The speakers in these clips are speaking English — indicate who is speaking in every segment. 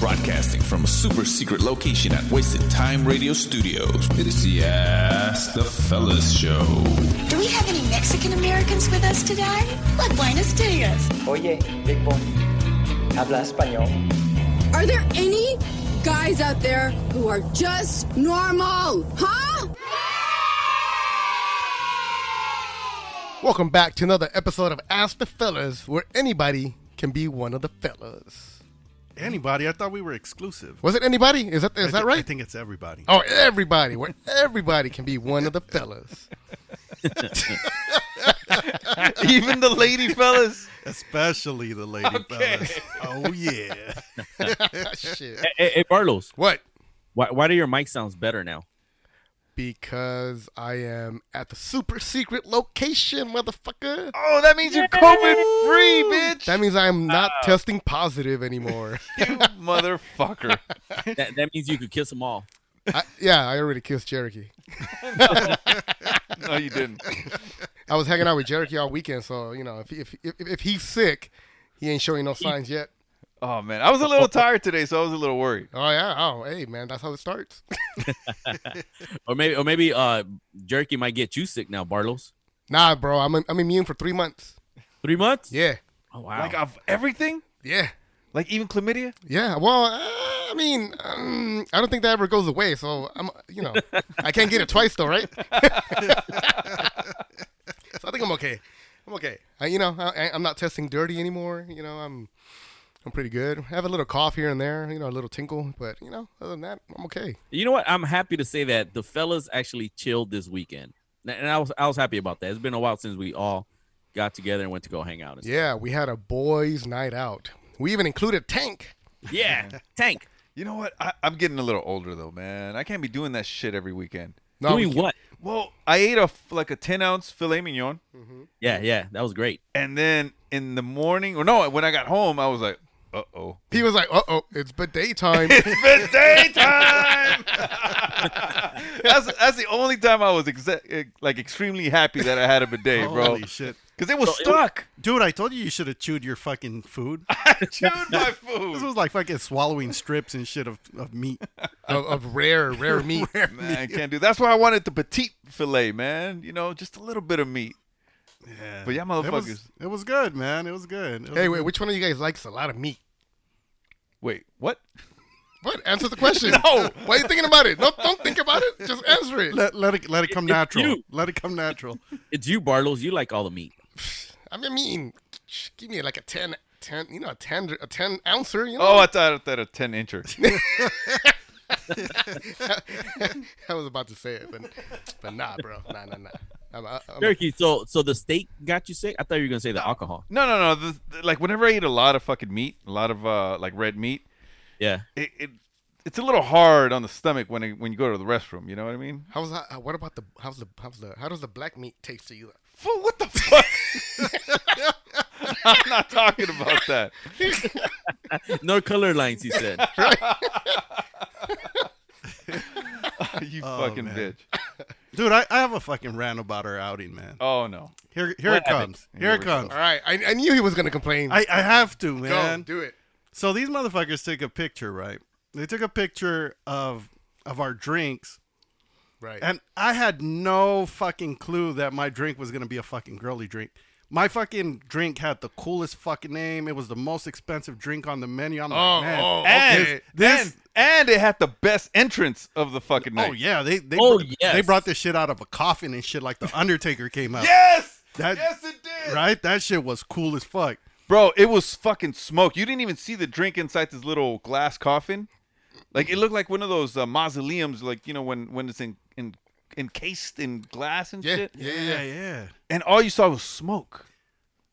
Speaker 1: broadcasting from a super secret location at Wasted Time Radio Studios. It is the Ask the Fellas Show.
Speaker 2: Do we have any Mexican Americans with us today? Like Buenos Dias.
Speaker 3: Oye, Big Boy, habla español.
Speaker 4: Are there any guys out there who are just normal? Huh?
Speaker 5: Welcome back to another episode of Ask the Fellas, where anybody can be one of the fellas.
Speaker 6: Anybody? I thought we were exclusive.
Speaker 5: Was it anybody? Is that is
Speaker 6: I
Speaker 5: that
Speaker 6: thi-
Speaker 5: right?
Speaker 6: I think it's everybody.
Speaker 5: Oh, everybody, where everybody can be one of the fellas.
Speaker 7: Even the lady fellas.
Speaker 6: Especially the lady fellas. Oh yeah.
Speaker 5: Shit.
Speaker 7: Hey, hey, hey, Barlos,
Speaker 5: What?
Speaker 7: why, why do your mic sounds better now?
Speaker 5: Because I am at the super secret location, motherfucker.
Speaker 8: Oh, that means you're COVID free, bitch.
Speaker 5: That means I am not testing positive anymore.
Speaker 8: you motherfucker.
Speaker 7: That, that means you could kiss them all.
Speaker 5: I, yeah, I already kissed Cherokee.
Speaker 8: No, you didn't.
Speaker 5: I was hanging out with Cherokee all weekend, so you know if if if, if he's sick, he ain't showing no signs yet.
Speaker 8: Oh man, I was a little tired today, so I was a little worried.
Speaker 5: Oh yeah. Oh hey man, that's how it starts.
Speaker 7: Or maybe, or maybe uh, Jerky might get you sick now, Barlos.
Speaker 5: nah, bro, I'm I'm immune for three months.
Speaker 7: Three months?
Speaker 5: Yeah.
Speaker 7: Oh, wow.
Speaker 8: Like of everything,
Speaker 5: Yeah.
Speaker 8: like even chlamydia.
Speaker 5: Yeah, well, uh, I mean, um, I don't think that ever goes away. So I'm, you know, I can't get it twice though, right? so I think I'm okay. I'm okay. I, you know, I, I'm not testing dirty anymore. You know, I'm, I'm pretty good. I have a little cough here and there, you know, a little tinkle, but you know, other than that, I'm okay.
Speaker 7: You know what? I'm happy to say that the fellas actually chilled this weekend, N- and I was I was happy about that. It's been a while since we all got together and went to go hang out. And
Speaker 5: Yeah, we had a boys' night out. We even included Tank.
Speaker 7: stuff. yeah. Tank
Speaker 8: You know what? I, I'm getting a little older though, man. I can't be doing that shit every weekend.
Speaker 5: No, we
Speaker 7: doing
Speaker 5: can't-
Speaker 7: what?
Speaker 8: Well, I ate a f- like a 10 ounce filet mignon,
Speaker 7: Yeah, yeah, that was great.
Speaker 8: and then in the morning, or no, when I got home, I was like, uh oh,
Speaker 5: He was like, "Uh oh, it's bidet time."
Speaker 8: it's daytime. that's that's the only time I was exe- eh, like extremely happy that I had a bidet, bro,
Speaker 6: Holy shit.
Speaker 8: because it was
Speaker 7: So it-
Speaker 8: stuck.
Speaker 6: Dude, I told you you should have chewed your fucking food.
Speaker 8: Chewed my
Speaker 6: This
Speaker 8: food.
Speaker 6: was like fucking swallowing strips and shit of, of meat.
Speaker 5: of, of rare, rare meat.
Speaker 8: Man, I can't do. That's why I wanted the petite fillet, man. You know, just a little bit of meat.
Speaker 6: Yeah.
Speaker 8: But y'all
Speaker 6: It was-
Speaker 8: motherfuckers-
Speaker 6: It was, good, man. It was good. It was
Speaker 5: Hey,
Speaker 6: good.
Speaker 5: wait, which one of you guys likes a lot of meat?
Speaker 8: Wait, what?
Speaker 5: What? Answer the question.
Speaker 8: No.
Speaker 5: Why are you thinking about it? No, don't think about it. Just answer it.
Speaker 6: Let, let it let it come
Speaker 7: It's
Speaker 6: natural.
Speaker 7: you.
Speaker 6: Let it come natural.
Speaker 7: It's you, Barlos. You like all the meat.
Speaker 5: I mean, I mean, give me like a 10, 10 you know, a 10, a 10 ouncer, you know?
Speaker 8: Oh, I thought I thought a ten incher.
Speaker 5: I was about to say it, but, but nah, bro. Nah, nah, nah. I'm, I, I'm,
Speaker 7: Jerky. So, so the steak got you sick. I thought you were gonna say the alcohol.
Speaker 8: No, no, no. The, the- like whenever I eat a lot of fucking meat, a lot of uh, like red meat,
Speaker 7: Yeah.
Speaker 8: it, it it's a little hard on the stomach when it, when you go to the restroom. You know what I mean?
Speaker 5: how's that, uh, what about the, how's the, how's the, how does the black meat taste to you?
Speaker 8: Fool, what the fuck? I'm not talking about that.
Speaker 7: No color lines. He said.
Speaker 8: You
Speaker 6: Oh,
Speaker 8: fucking
Speaker 6: man.
Speaker 8: bitch.
Speaker 6: Dude, I, I have a fucking rant about our outing, man.
Speaker 8: Oh no.
Speaker 6: Here here it comes. Here,
Speaker 8: Here
Speaker 6: it
Speaker 8: we go.
Speaker 6: comes.
Speaker 5: All right. I, I knew he was going to complain.
Speaker 6: I, I have to,
Speaker 5: Go,
Speaker 6: man.
Speaker 5: do it.
Speaker 6: So these motherfuckers took a picture, right? They took a picture of of our drinks,
Speaker 5: Right.
Speaker 6: and I had no fucking clue that my drink was gonna be a fucking girly drink. My fucking drink had the coolest fucking name. It was the most expensive drink on the menu. I'm
Speaker 5: Oh,
Speaker 6: like, man,
Speaker 5: oh,
Speaker 8: And
Speaker 5: okay.
Speaker 8: and, and it had the best entrance of the fucking night.
Speaker 6: oh yeah, they they
Speaker 7: Oh,
Speaker 6: brought,
Speaker 7: yes.
Speaker 6: they brought this shit out of a coffin and shit like the Undertaker came out.
Speaker 8: Yes.
Speaker 6: That-
Speaker 8: yes, it did.
Speaker 6: right. That shit was cool as fuck.
Speaker 8: Bro, it was fucking smoke. You didn't even see the drink inside this little glass coffin. Like it looked like one of those uh, mausoleums, like you know when when it's in, in encased in glass and
Speaker 5: Yeah,
Speaker 8: shit.
Speaker 5: yeah, yeah.
Speaker 6: yeah.
Speaker 8: And all you saw was smoke.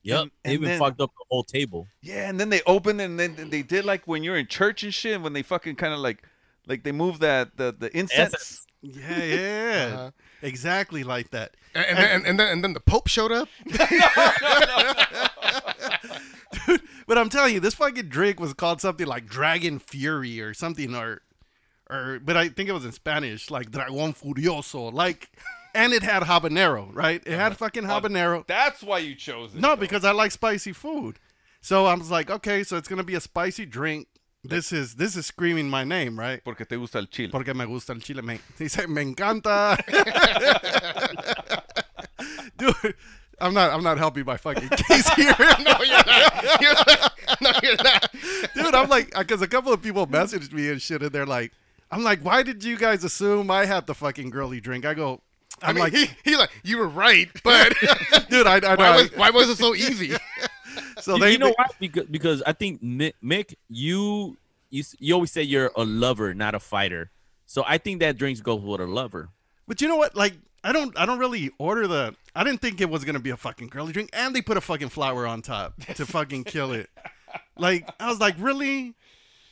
Speaker 7: Yep.
Speaker 8: And-
Speaker 7: they
Speaker 8: and
Speaker 7: even
Speaker 8: then-
Speaker 7: fucked up the whole table.
Speaker 8: Yeah, and then they opened and then then they did like when you're in church and shit. When they fucking kind of like like they move that the the incense.
Speaker 7: Essence.
Speaker 6: Yeah, yeah,
Speaker 5: Uh-huh.
Speaker 6: exactly like that.
Speaker 5: And, and, then, and, then, and then the Pope showed up.
Speaker 6: But I'm telling you, this fucking drink was called something like Dragon Fury or something, or, or, but I think it was in Spanish, like Dragon Furioso, like, and it had habanero, right? It
Speaker 5: Uh,
Speaker 6: had fucking habanero.
Speaker 8: That's why you chose it.
Speaker 6: No, because I like spicy food, so I was like, okay, so it's gonna be a spicy drink. This is this is screaming my name, right?
Speaker 8: Porque te gusta el chile.
Speaker 6: Porque me gusta el chile. Me, dice, me encanta. Dude, I'm not I'm not helping my fucking case here.
Speaker 5: No, you're not. You're not. No, you're not.
Speaker 6: Dude, I'm like, because a couple of people messaged me and shit, and they're like, I'm like, why did you guys assume I had the fucking girly drink? I go,
Speaker 5: I
Speaker 6: I'm
Speaker 5: mean,
Speaker 6: like,
Speaker 5: he, he like you were right, but
Speaker 6: dude, I, I know.
Speaker 5: why was, why was it so easy?
Speaker 6: so
Speaker 7: you,
Speaker 6: they
Speaker 7: you know
Speaker 6: they-
Speaker 7: why? Because, because I think Nick, Mick, you, you s- you always say you're a lover, not a fighter. So I think that drinks goes with a lover.
Speaker 6: But you know what? Like, I don't, I don't really order the. I didn't think it was gonna be a fucking girly drink, and they put a fucking flower on top to fucking kill it. Like, I was like, really?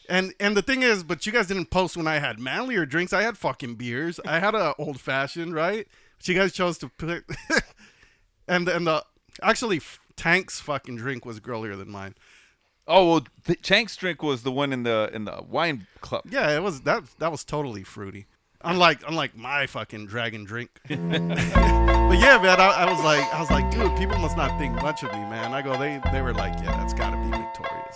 Speaker 6: And and the thing is, but you guys didn't post when I had manlier drinks. I had fucking beers. I had a old fashioned, right? But you guys chose to put. and and the actually f- Tank's fucking drink was girlier than mine.
Speaker 8: Oh well, the Chank's drink was the one in the in the wine club.
Speaker 6: Yeah, it was that that was totally fruity. Unlike unlike my fucking dragon drink. but yeah, man, I, I was like I was like, dude, people must not think much of me, man. I go, they they were like, yeah, that's gotta be victorious.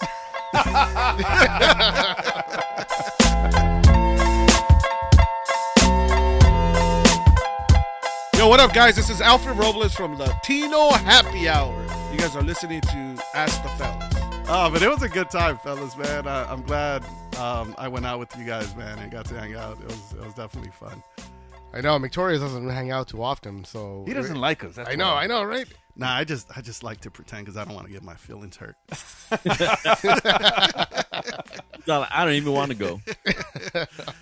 Speaker 9: Yo, what up, guys? This is Alfred Robles from Latino Happy Hour. You guys are listening to Ask the Fellas.
Speaker 6: Oh, but it was a good time, fellas, man. I, I'm glad um, I went out with you guys, man, and got to hang out. It was it was definitely fun.
Speaker 5: I know Victoria doesn't hang out too often, so
Speaker 8: He doesn't like us. That's
Speaker 5: I know,
Speaker 8: why.
Speaker 5: I know, right?
Speaker 6: Nah, I just I just like to pretend because I don't want to get my feelings hurt.
Speaker 7: So I don't even want to go.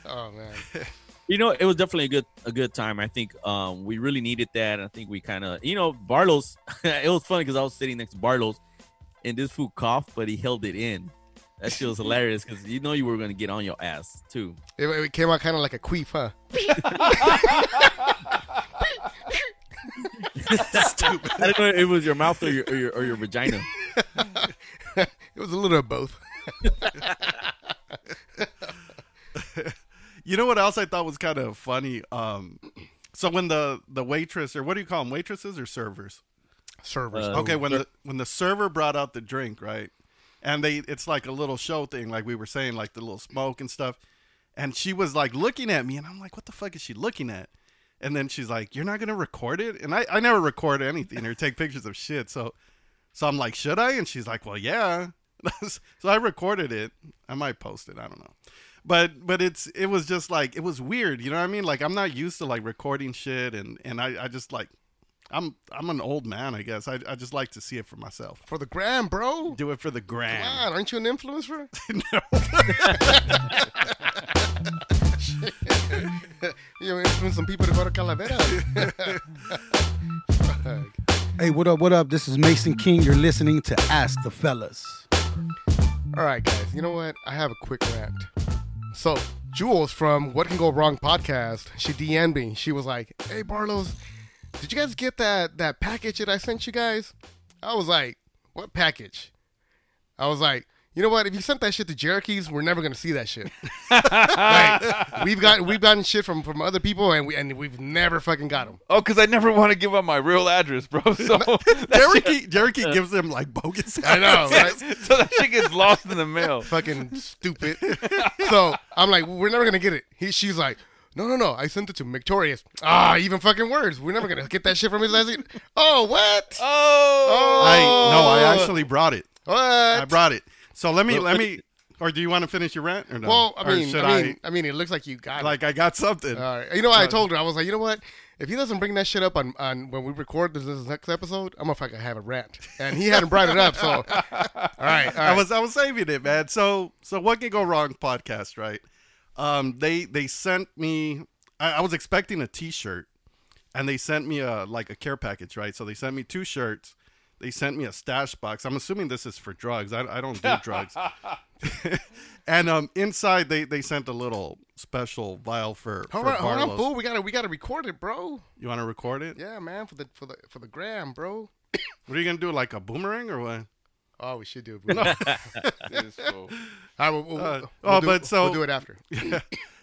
Speaker 5: Oh man,
Speaker 7: you know, it was definitely a good a good time. I think um, we really needed that. I think we kind of, you know, Barlow's. it was funny because I was sitting next to Barlow's, and this fool coughed, but he held it in. That shit was hilarious because you know you were gonna get on your ass too.
Speaker 5: it, it came out kind of like a queef, huh?
Speaker 7: I don't know if it was your mouth or your or your, or your vagina.
Speaker 5: It was a little of both.
Speaker 6: You know what else I thought was kind of funny? Um, so when the the waitress or what do you call them, waitresses or servers?
Speaker 5: Servers. Oh,
Speaker 7: Uh,
Speaker 6: Okay, when the when the server brought out the drink, right? And they it's like a little show thing, like we were saying, like the little smoke and stuff. And she was like looking at me and I'm like, What the fuck is she looking at? And then she's like, You're not gonna record it? And I, I never record anything or take pictures of shit. So so I'm like, Should I? And she's like, Well yeah. so I recorded it. I might post it, I don't know. But but it's it was just like it was weird, you know what I mean? Like I'm not used to like recording shit and, and I, I just like I'm I'm an old man, I guess. I, I just like to see it for myself.
Speaker 5: for the gram, bro.
Speaker 6: Do it for the gram.
Speaker 5: God, aren't you an influencer? you influence some people to go to Calavera.
Speaker 10: Hey, what up, what up? This is Mason King. You're listening to Ask the Fellas.
Speaker 5: All right, guys. You know what? I have a quick rant. So, Jules from What Can Go Wrong podcast, she DM'd me. She was like, "Hey, Barlos, did you guys get that that package that I sent you guys?" I was like, "What package?" I was like, "You know what? If you sent that shit to Cherokees, we're never gonna see that shit. like, we've got we've gotten shit from from other people, and we and we've never fucking got them.
Speaker 8: Oh, because I never want to give up my real address, bro. So
Speaker 6: Jericho Jericho gives them like bogus.
Speaker 5: I know, right?
Speaker 8: so that shit gets lost in the mail.
Speaker 5: fucking stupid. so I'm like, we're never gonna get it. He, she's like, no, no, no. I sent it to Victorious. Ah, even fucking words. We're never gonna get that shit from his ass. again. Oh, what?
Speaker 8: Oh,
Speaker 6: I no, I actually brought it.
Speaker 5: what?
Speaker 6: I brought it. So let me let me or do you want to finish your rant or no?
Speaker 5: well,
Speaker 6: Or
Speaker 5: I mean,
Speaker 6: should
Speaker 5: I mean, I, mean, it looks like you got it.
Speaker 6: like uh, I got something.
Speaker 5: All right. You know, what I told her I was like, you know what? If he doesn't bring that shit up on, on when we record this, this next episode, I'm gonna fucking have a rant. And he hadn't brought it up, so all right. All right.
Speaker 6: I was I was saving it, man. So so what can go wrong podcast, right? Um they they sent me I, I was expecting a t shirt and they sent me a like a care package, right? So they sent me two shirts. They sent me a stash box. I'm assuming this is for drugs. I, I don't do drugs. and um inside they they sent a little special vial for,
Speaker 5: Hold
Speaker 6: for
Speaker 5: on, hold on,
Speaker 6: Barlow's.
Speaker 5: fool. We gotta, we gotta record it, bro.
Speaker 6: You want to record it?
Speaker 5: Yeah, man, for the, for the, for the gram, bro.
Speaker 6: What are you gonna do? Like a boomerang or what?
Speaker 5: Oh, we should do it. All right, we'll, we'll,
Speaker 6: Uh,
Speaker 5: we'll
Speaker 6: oh,
Speaker 5: do,
Speaker 6: but so-
Speaker 5: we'll do it after.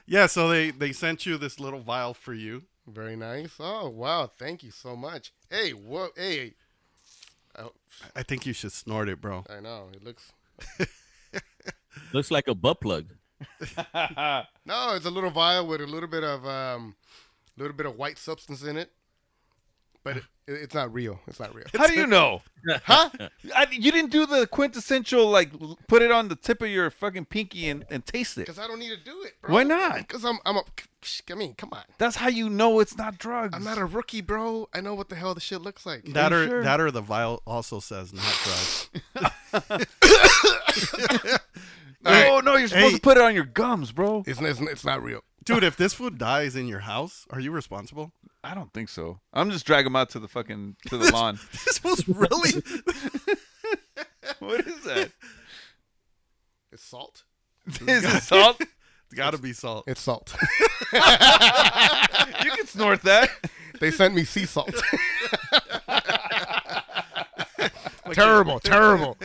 Speaker 6: Yeah. So they they sent you this little vial for you.
Speaker 5: Very nice. Oh wow, thank you so much. Hey, whoa, hey. I,
Speaker 6: I think you should snort it, bro.
Speaker 5: I know it looks.
Speaker 7: Looks like a butt plug.
Speaker 5: No, it's a little vial with a little bit of um, little bit of white substance in it, but it, it's not real. It's not real.
Speaker 8: How do you know? huh? I, you didn't do the quintessential like l- put it on the tip of your fucking pinky and, and taste it.
Speaker 5: Cause I don't need to do it. Bro.
Speaker 8: Why not?
Speaker 5: Cause I'm I'm a. I mean, come on.
Speaker 8: That's how you know it's not drugs.
Speaker 5: I'm not a rookie, bro. I know what the hell the shit looks like.
Speaker 6: That
Speaker 8: I'm
Speaker 6: or
Speaker 8: sure.
Speaker 6: that or the vial also says not drugs.
Speaker 8: No, Oh, no, you're supposed
Speaker 6: Hey.
Speaker 8: to put it on your gums, bro.
Speaker 5: It's, it's it's not real.
Speaker 6: Dude, if this food dies in your house, are you responsible?
Speaker 8: I don't think so. I'm just dragging them out to the fucking to the lawn.
Speaker 6: This was really
Speaker 8: what is that?
Speaker 5: It's salt.
Speaker 8: Is it salt?
Speaker 6: It's gotta be salt.
Speaker 5: It's salt.
Speaker 8: You can snort that.
Speaker 5: they sent me sea salt. terrible, terrible.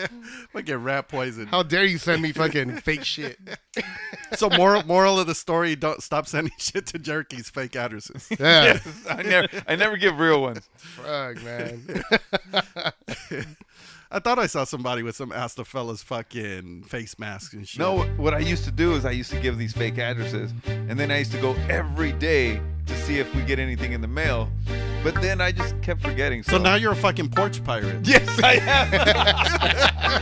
Speaker 6: Like get rat poison.
Speaker 5: How dare you send me fucking fake shit?
Speaker 6: So moral moral of the story, don't stop sending shit to jerky's fake addresses.
Speaker 5: Yeah,
Speaker 8: I never, I never give real ones.
Speaker 5: fuck, man.
Speaker 6: I thought I saw somebody with some Astafella's fucking face mask and shit.
Speaker 8: No, what I used to do is I used to give these fake addresses, and then I used to go every day to see if we get anything in the mail. But then I just kept forgetting. So,
Speaker 6: So now you're a fucking porch pirate.
Speaker 8: yes, I am.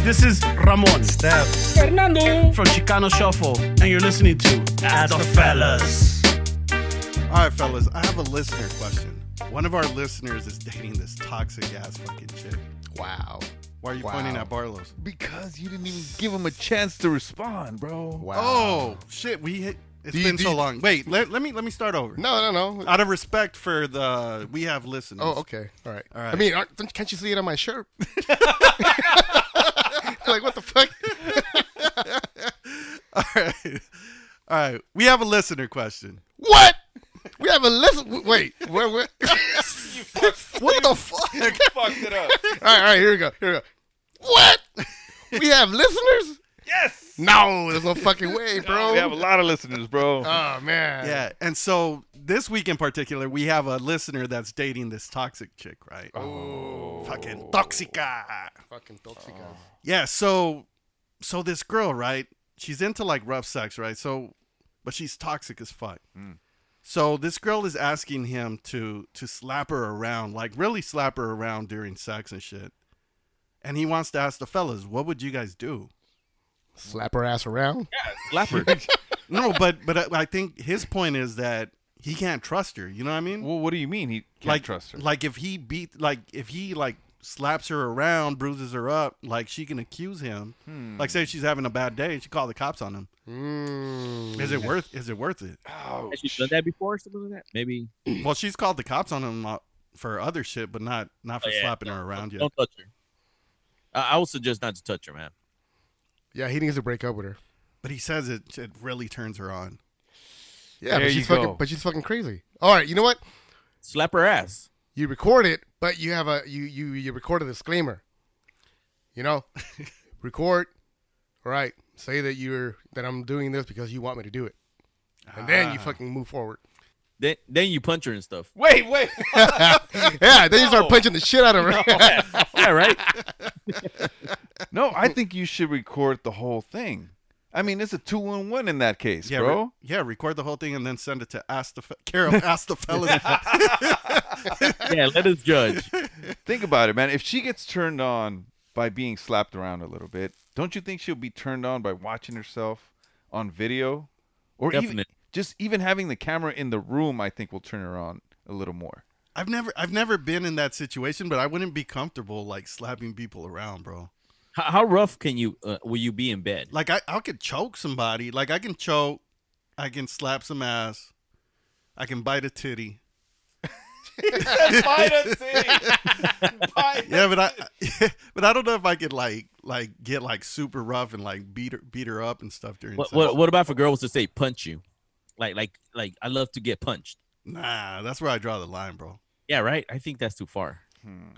Speaker 11: This is Ramon Steph Fernando from Chicano Shuffle, and you're listening to As the Fellas.
Speaker 6: All right, fellas, I have a listener question. One of our listeners is dating this toxic ass fucking chick.
Speaker 5: Wow.
Speaker 6: Why are you pointing at Barlow's?
Speaker 8: because you didn't even give him a chance to respond, bro.
Speaker 5: Wow.
Speaker 6: Oh shit, we hit. It's
Speaker 5: Do you-
Speaker 6: been
Speaker 5: do
Speaker 6: so
Speaker 5: you-
Speaker 6: long. Wait, let, let me let me start over.
Speaker 5: No, no,
Speaker 8: Uh,
Speaker 5: no.
Speaker 6: Out of respect for the we have listeners.
Speaker 5: Oh, okay. All right.
Speaker 6: All right.
Speaker 5: I mean, aren't, don't- can't you see it on my shirt? like, what the fuck?
Speaker 6: All right. All right. We have a listener question.
Speaker 5: What? We have a listen. Wait. Where, where? what the fuck? all
Speaker 8: Fucked it up.
Speaker 5: right, all right. Here we go. Here we go. What? We have listeners?
Speaker 8: Yes.
Speaker 5: No, there's no fucking way, bro.
Speaker 8: We have a lot of listeners, bro.
Speaker 5: oh man.
Speaker 6: Yeah. And so this week in particular, we have a listener that's dating this toxic chick, right? Oh. Fucking toxica.
Speaker 5: Fucking toxic.
Speaker 6: Yeah, so so this girl, right? She's into like rough sex, right? So but she's toxic as fuck. So this girl is asking him to to slap her around, like really slap her around during sex and shit. And he wants to ask the fellas, what would you guys do?
Speaker 5: Slap her ass around.
Speaker 7: Slapper.
Speaker 6: No, but but I, I think his point is that he can't trust her. You know what I mean?
Speaker 8: Well, what do you mean? He can't
Speaker 6: like
Speaker 8: trust her.
Speaker 6: Like if he beat, like if he like slaps her around, bruises her up, like she can accuse him.
Speaker 8: Hmm.
Speaker 6: Like say she's having a bad day, and she called the cops on him.
Speaker 8: Hmm.
Speaker 6: Is it worth? Is it worth it?
Speaker 7: Has she done that before or something like that? Maybe.
Speaker 6: well, she's called the cops on him uh, for other shit, but not not for
Speaker 7: Oh, yeah.
Speaker 6: slapping her around yet.
Speaker 7: Don't touch her. I, I would suggest not to touch her, man.
Speaker 5: Yeah, he needs to break up with her.
Speaker 6: But he says it it really turns her on.
Speaker 5: Yeah,
Speaker 8: There
Speaker 5: but she's
Speaker 8: you
Speaker 5: fucking
Speaker 8: go.
Speaker 5: but she's fucking crazy. All right, you know what?
Speaker 7: Slap her ass.
Speaker 5: You record it, but you have a you you you record a disclaimer. You know? record. All right. Say that you're that I'm doing this because you want me to do it. And then
Speaker 6: Ah.
Speaker 5: you fucking move forward.
Speaker 7: Then then you punch her and stuff.
Speaker 8: Wait, wait.
Speaker 5: Yeah, then you start punching the shit out of her.
Speaker 7: yeah, right.
Speaker 8: no, I think you should record the whole thing. I mean, it's a two-on-one in that case,
Speaker 6: Yeah,
Speaker 8: bro.
Speaker 6: re- yeah. Record the whole thing and then send it to ask the Fe- Carol. Ask the fellas.
Speaker 7: Yeah, let us judge.
Speaker 8: Think about it, man. If she gets turned on by being slapped around a little bit, don't you think she'll be turned on by watching herself on video, or even
Speaker 7: Definite.
Speaker 8: just even having the camera in the room? I think will turn her on a little more.
Speaker 6: I've never I've never been in that situation, but I wouldn't be comfortable like slapping people around, bro.
Speaker 7: How, how rough can you uh, will you be in bed?
Speaker 6: Like I I could choke somebody. Like I can choke, I can slap some ass, I can bite a titty. Yeah, but I but I don't know if I could like like get like super rough and like beat her beat her up and stuff during
Speaker 7: What,
Speaker 6: sex.
Speaker 7: what what about if a girl was to say punch you? Like like like I love to get punched.
Speaker 6: Nah, that's where I draw the line, bro.
Speaker 7: Yeah, right. I think that's too far.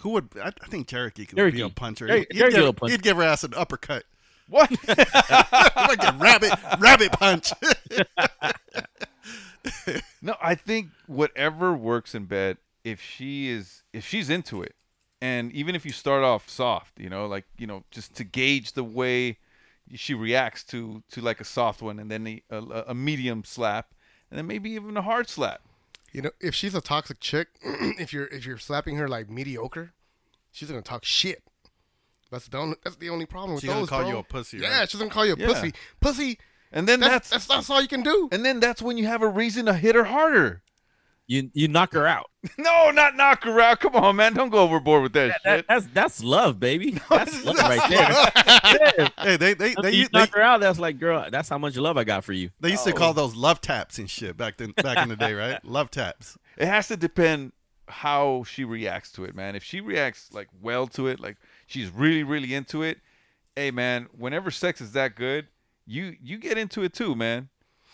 Speaker 6: Who would I, I think Cherokee could be a
Speaker 7: Cherokee.
Speaker 6: puncher.
Speaker 7: There-
Speaker 6: He'd,
Speaker 7: there you
Speaker 6: give,
Speaker 7: go, puncher.
Speaker 6: he'd give her ass an uppercut.
Speaker 8: What?
Speaker 6: like a rabbit rabbit punch.
Speaker 8: no, I think whatever works in bed
Speaker 1: if she is if she's into it and even if you start off soft you know like you know just to gauge the way she reacts to to like a soft one and then a, a, a medium slap and then maybe even a hard slap
Speaker 5: You know, if she's a toxic chick, if you're if you're slapping her like mediocre, she's gonna talk shit. That's the only that's the only problem with
Speaker 6: She's gonna
Speaker 5: those.
Speaker 6: call
Speaker 5: bro.
Speaker 6: you a pussy,
Speaker 5: Yeah,
Speaker 6: right?
Speaker 5: she's gonna call you a
Speaker 1: Yeah.
Speaker 5: pussy. Pussy.
Speaker 1: and then
Speaker 5: That's-
Speaker 1: that's
Speaker 5: that's that's all you can do.
Speaker 1: and then that's when you have a reason to hit her harder
Speaker 7: You you knock her out.
Speaker 1: no not knock her out come on man don't go overboard with that,
Speaker 7: That-
Speaker 1: shit
Speaker 7: that's that's love, baby. That's love right there.
Speaker 6: Hey, they they
Speaker 7: After
Speaker 6: they,
Speaker 7: you
Speaker 6: they,
Speaker 7: knock her out. That's like, girl, that's how much love I got for you.
Speaker 6: they used to
Speaker 1: Oh.
Speaker 6: call those love taps and shit back then back in the day, right? Love taps.
Speaker 1: it has to depend how she reacts to it, man. If she reacts like well to it, like she's really really into it, hey man, whenever sex is that good, you you get into it too, man.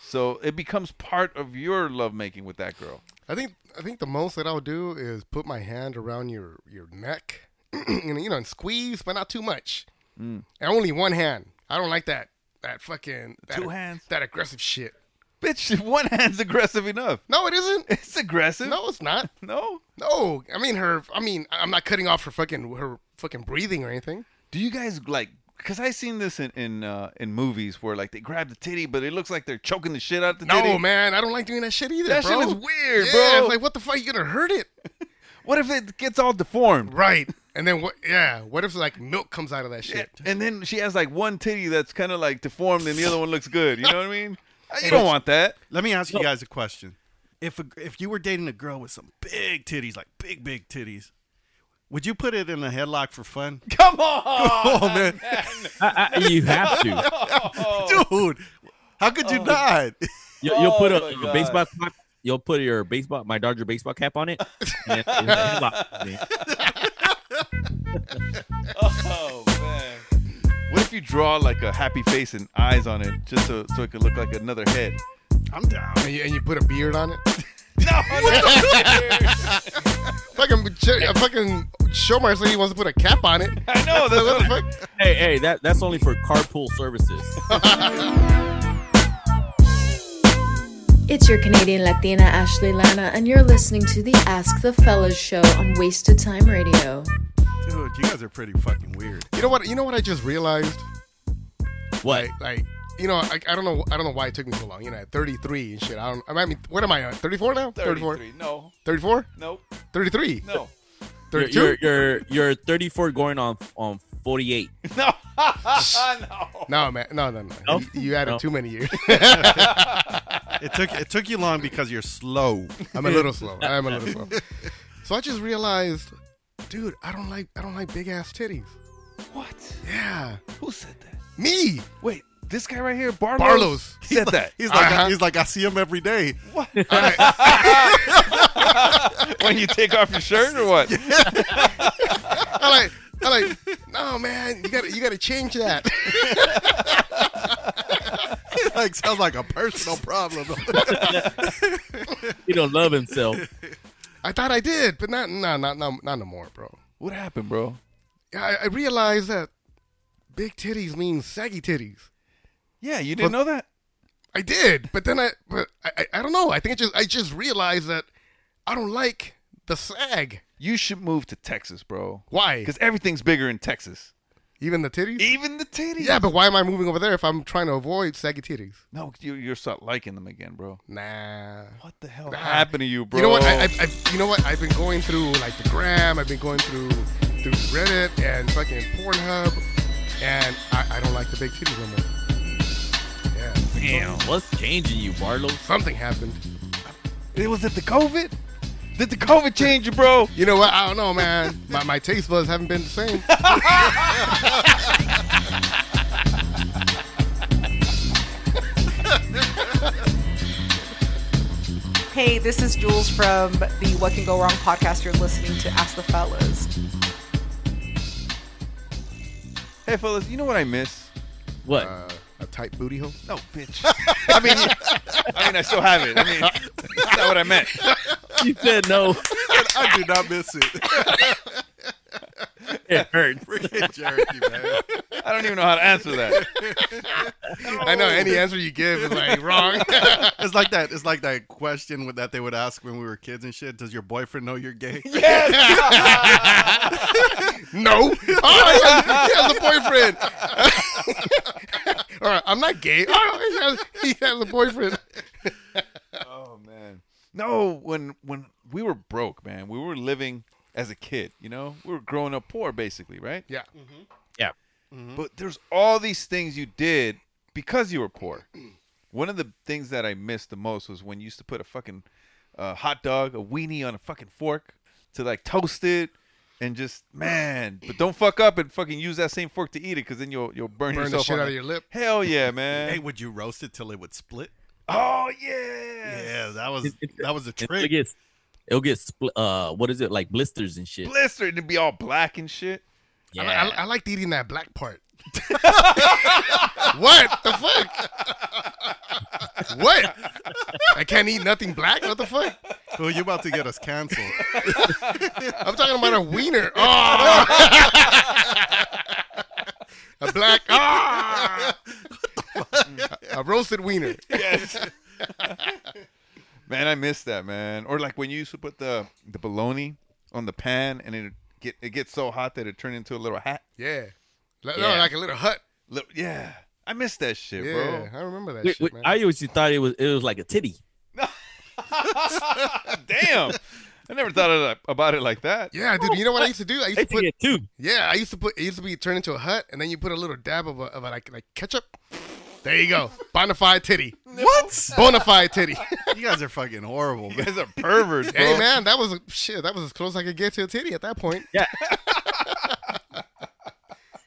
Speaker 1: So it becomes part of your love making with that girl.
Speaker 5: I think I think the most that I'll do is put my hand around your your neck, and you know, and squeeze, but not too much. And only one hand. I don't like that that fucking that
Speaker 1: Two hands?
Speaker 5: that aggressive shit.
Speaker 1: Bitch, one hand's aggressive enough.
Speaker 5: No, it isn't.
Speaker 1: It's aggressive.
Speaker 5: No, it's not.
Speaker 1: No?
Speaker 5: No, I mean her. I mean, I- I'm not cutting off her fucking her fucking breathing or anything.
Speaker 1: Do you guys like? Cause I seen this in in uh, in movies where like they grab the titty, but it looks like they're choking the shit out the
Speaker 5: No,
Speaker 1: titty.
Speaker 5: man, I don't like doing that shit either.
Speaker 1: That shit
Speaker 5: bro.
Speaker 1: is weird,
Speaker 5: yeah,
Speaker 1: bro.
Speaker 5: It's like, what the fuck? You gonna hurt it,
Speaker 1: What if it gets all deformed?
Speaker 5: right? And then what? Yeah, what if like milk comes out of that shit?
Speaker 1: And then she has like one titty that's kind of like deformed, and the other one looks good. You know what I mean? You don't want that.
Speaker 6: Let me ask you guys a question. If a, if you were dating a girl with some big titties, like big big titties, would you put it in a headlock for fun?
Speaker 1: Come on,
Speaker 6: Oh man,
Speaker 7: I, I, you have to.
Speaker 6: dude, how could you not?
Speaker 7: You, will put
Speaker 1: Oh,
Speaker 7: a,
Speaker 1: my
Speaker 7: a baseball cap. You'll put your baseball, my Dodger baseball cap on it. and then-
Speaker 1: oh man. What if you draw like a happy face and eyes on it, just so, so it could look like another head?
Speaker 6: I'm down.
Speaker 5: And you, and you put a beard on it.
Speaker 1: No,
Speaker 5: fucking, ch- a fucking show myself he wants to put a cap on it.
Speaker 1: I know. That's
Speaker 5: What the
Speaker 1: what
Speaker 5: fuck?
Speaker 7: hey, hey, that that's only for carpool services.
Speaker 8: It's your Canadian Latina Ashley Lana, and you're listening to the Ask the Fellas show on Wasted Time Radio.
Speaker 6: Dude, you guys are pretty fucking weird.
Speaker 5: You know what? You know what? I just realized.
Speaker 7: What?
Speaker 5: Like, you know, I, I don't know. I don't know why it took me so long. You know, at 33 and shit. I don't. I mean, what am I? at? 34 now? 34.
Speaker 1: 33. No,
Speaker 5: 34?
Speaker 1: nope,
Speaker 5: 33?
Speaker 1: no,
Speaker 5: 32?
Speaker 7: You're, you're you're you're 34 going on on 48.
Speaker 1: no, no.
Speaker 5: no, man. No, no, no.
Speaker 7: No?
Speaker 5: You, you added
Speaker 7: No.
Speaker 5: too many years.
Speaker 6: It took it took you long because you're slow.
Speaker 5: I'm a little slow. I am a little slow. So I just realized, dude, I don't like I don't like big ass titties.
Speaker 1: What?
Speaker 5: Yeah,
Speaker 1: Who said that?
Speaker 5: me.
Speaker 1: Wait, this guy right here, Barlos,
Speaker 5: Barlow's.
Speaker 1: said that.
Speaker 6: He's like
Speaker 5: Uh-huh.
Speaker 6: he's like I see him every day.
Speaker 1: when you take off your shirt or what?
Speaker 5: I like. I like. No, man. You gotta you gotta change that.
Speaker 6: It like sounds like a personal problem.
Speaker 7: He don't love himself.
Speaker 5: I thought I did, but not no not not not no more, bro.
Speaker 1: What happened, bro?
Speaker 5: I, I realized that big titties means saggy titties.
Speaker 1: Yeah, you didn't know that.
Speaker 5: I did, but then I but I, I, I don't know. I think I just I just realized that I don't like the sag.
Speaker 1: You should move to Texas, bro.
Speaker 5: Why?
Speaker 1: Because everything's bigger in Texas,
Speaker 5: Even the titties.
Speaker 1: even the titties.
Speaker 5: Yeah, but why am I moving over there if I'm trying to avoid saggy titties?
Speaker 1: no, you, you're start liking them again, bro.
Speaker 5: Nah. Ah.
Speaker 1: What the hell
Speaker 5: Nah.
Speaker 1: happened to you, bro?
Speaker 5: You know what? I, I, I, you know what? I've been going through like the gram. I've been going through through Reddit and fucking Pornhub, and I, I don't like the big titties no more. Yeah,
Speaker 7: Damn, what's changing you, Barlow?
Speaker 5: something happened.
Speaker 1: It was at the COVID. Did the COVID change you, bro?
Speaker 5: You know what? I don't know, man. My, my taste buds haven't been the same. Uh,
Speaker 12: Hey, this is Jules from the What Can Go Wrong podcast. You're listening to Ask the Fellas.
Speaker 1: Hey, fellas, you know what I miss?
Speaker 7: What?
Speaker 5: Uh, a tight booty hole.
Speaker 1: No, bitch. I mean, I mean, I still have it. I mean, that's not what I meant.
Speaker 7: you said no.
Speaker 6: I do not miss it.
Speaker 7: It hurts.
Speaker 6: Freaking Cherokee, man.
Speaker 1: I don't even know how to answer that.
Speaker 5: I know any answer you give is like wrong.
Speaker 6: it's like that. It's like that question with- that they would ask when we were kids and shit. Does your boyfriend know you're gay?
Speaker 5: no. Oh, he has, he has a boyfriend. All right, I'm not gay. Oh, he has, he has a boyfriend.
Speaker 8: oh man. No, when when we were broke, man, we were living as a kid. You know, we were growing up poor, basically, right?
Speaker 5: Yeah.
Speaker 7: Yeah.
Speaker 8: But there's all these things you did because you were poor. One of the things that I missed the most was when you used to put a fucking uh, hot dog, a weenie on a fucking fork to like toast it and just man. But don't fuck up and fucking use that same fork to eat it because then you'll you'll burn,
Speaker 5: Burn the
Speaker 8: yourself
Speaker 5: shit
Speaker 8: on
Speaker 5: out
Speaker 8: it.
Speaker 5: of your lip.
Speaker 8: Hell yeah, man.
Speaker 6: Hey, would you roast it till it would split?
Speaker 8: Oh yeah.
Speaker 6: Yeah, that was that was a
Speaker 7: It
Speaker 6: trick.
Speaker 7: gets, it'll get spl- uh, what is it like blisters and shit.
Speaker 8: blister and it'd be all black and shit.
Speaker 5: I,
Speaker 7: Yeah.
Speaker 5: li- I, I liked eating that black part. what the fuck? What? I can't eat nothing black. What the fuck?
Speaker 6: Oh, you're about to get us canceled.
Speaker 5: I'm talking about a wiener. Oh. a black. Ah. a roasted wiener.
Speaker 8: Yes. Man, I miss that, man. Or like when you used to put the the bologna on the pan and it get it gets so hot that it turned into a little hat.
Speaker 5: Yeah. Like-
Speaker 8: Yeah.
Speaker 5: No, like a little hut.
Speaker 8: Little, yeah. I miss that shit,
Speaker 5: Yeah,
Speaker 8: bro.
Speaker 5: I remember that
Speaker 7: Wait,
Speaker 5: shit,
Speaker 7: wait,
Speaker 5: man.
Speaker 7: I always thought it was it was like a titty.
Speaker 8: Damn. I never thought of, that- about it like that.
Speaker 5: yeah, dude. You know what I used to do? I used to put.
Speaker 7: too.
Speaker 5: Yeah, I used to put. It used to be turned into a hut, and then you put a little dab of a, of a like like ketchup. There you go. Bonafide titty.
Speaker 6: What?
Speaker 5: Bonafide titty.
Speaker 6: You guys are fucking horrible.
Speaker 8: You
Speaker 6: Man.
Speaker 8: guys are perverts, bro.
Speaker 5: hey man, that was shit. That was as close I could get to a titty at that point.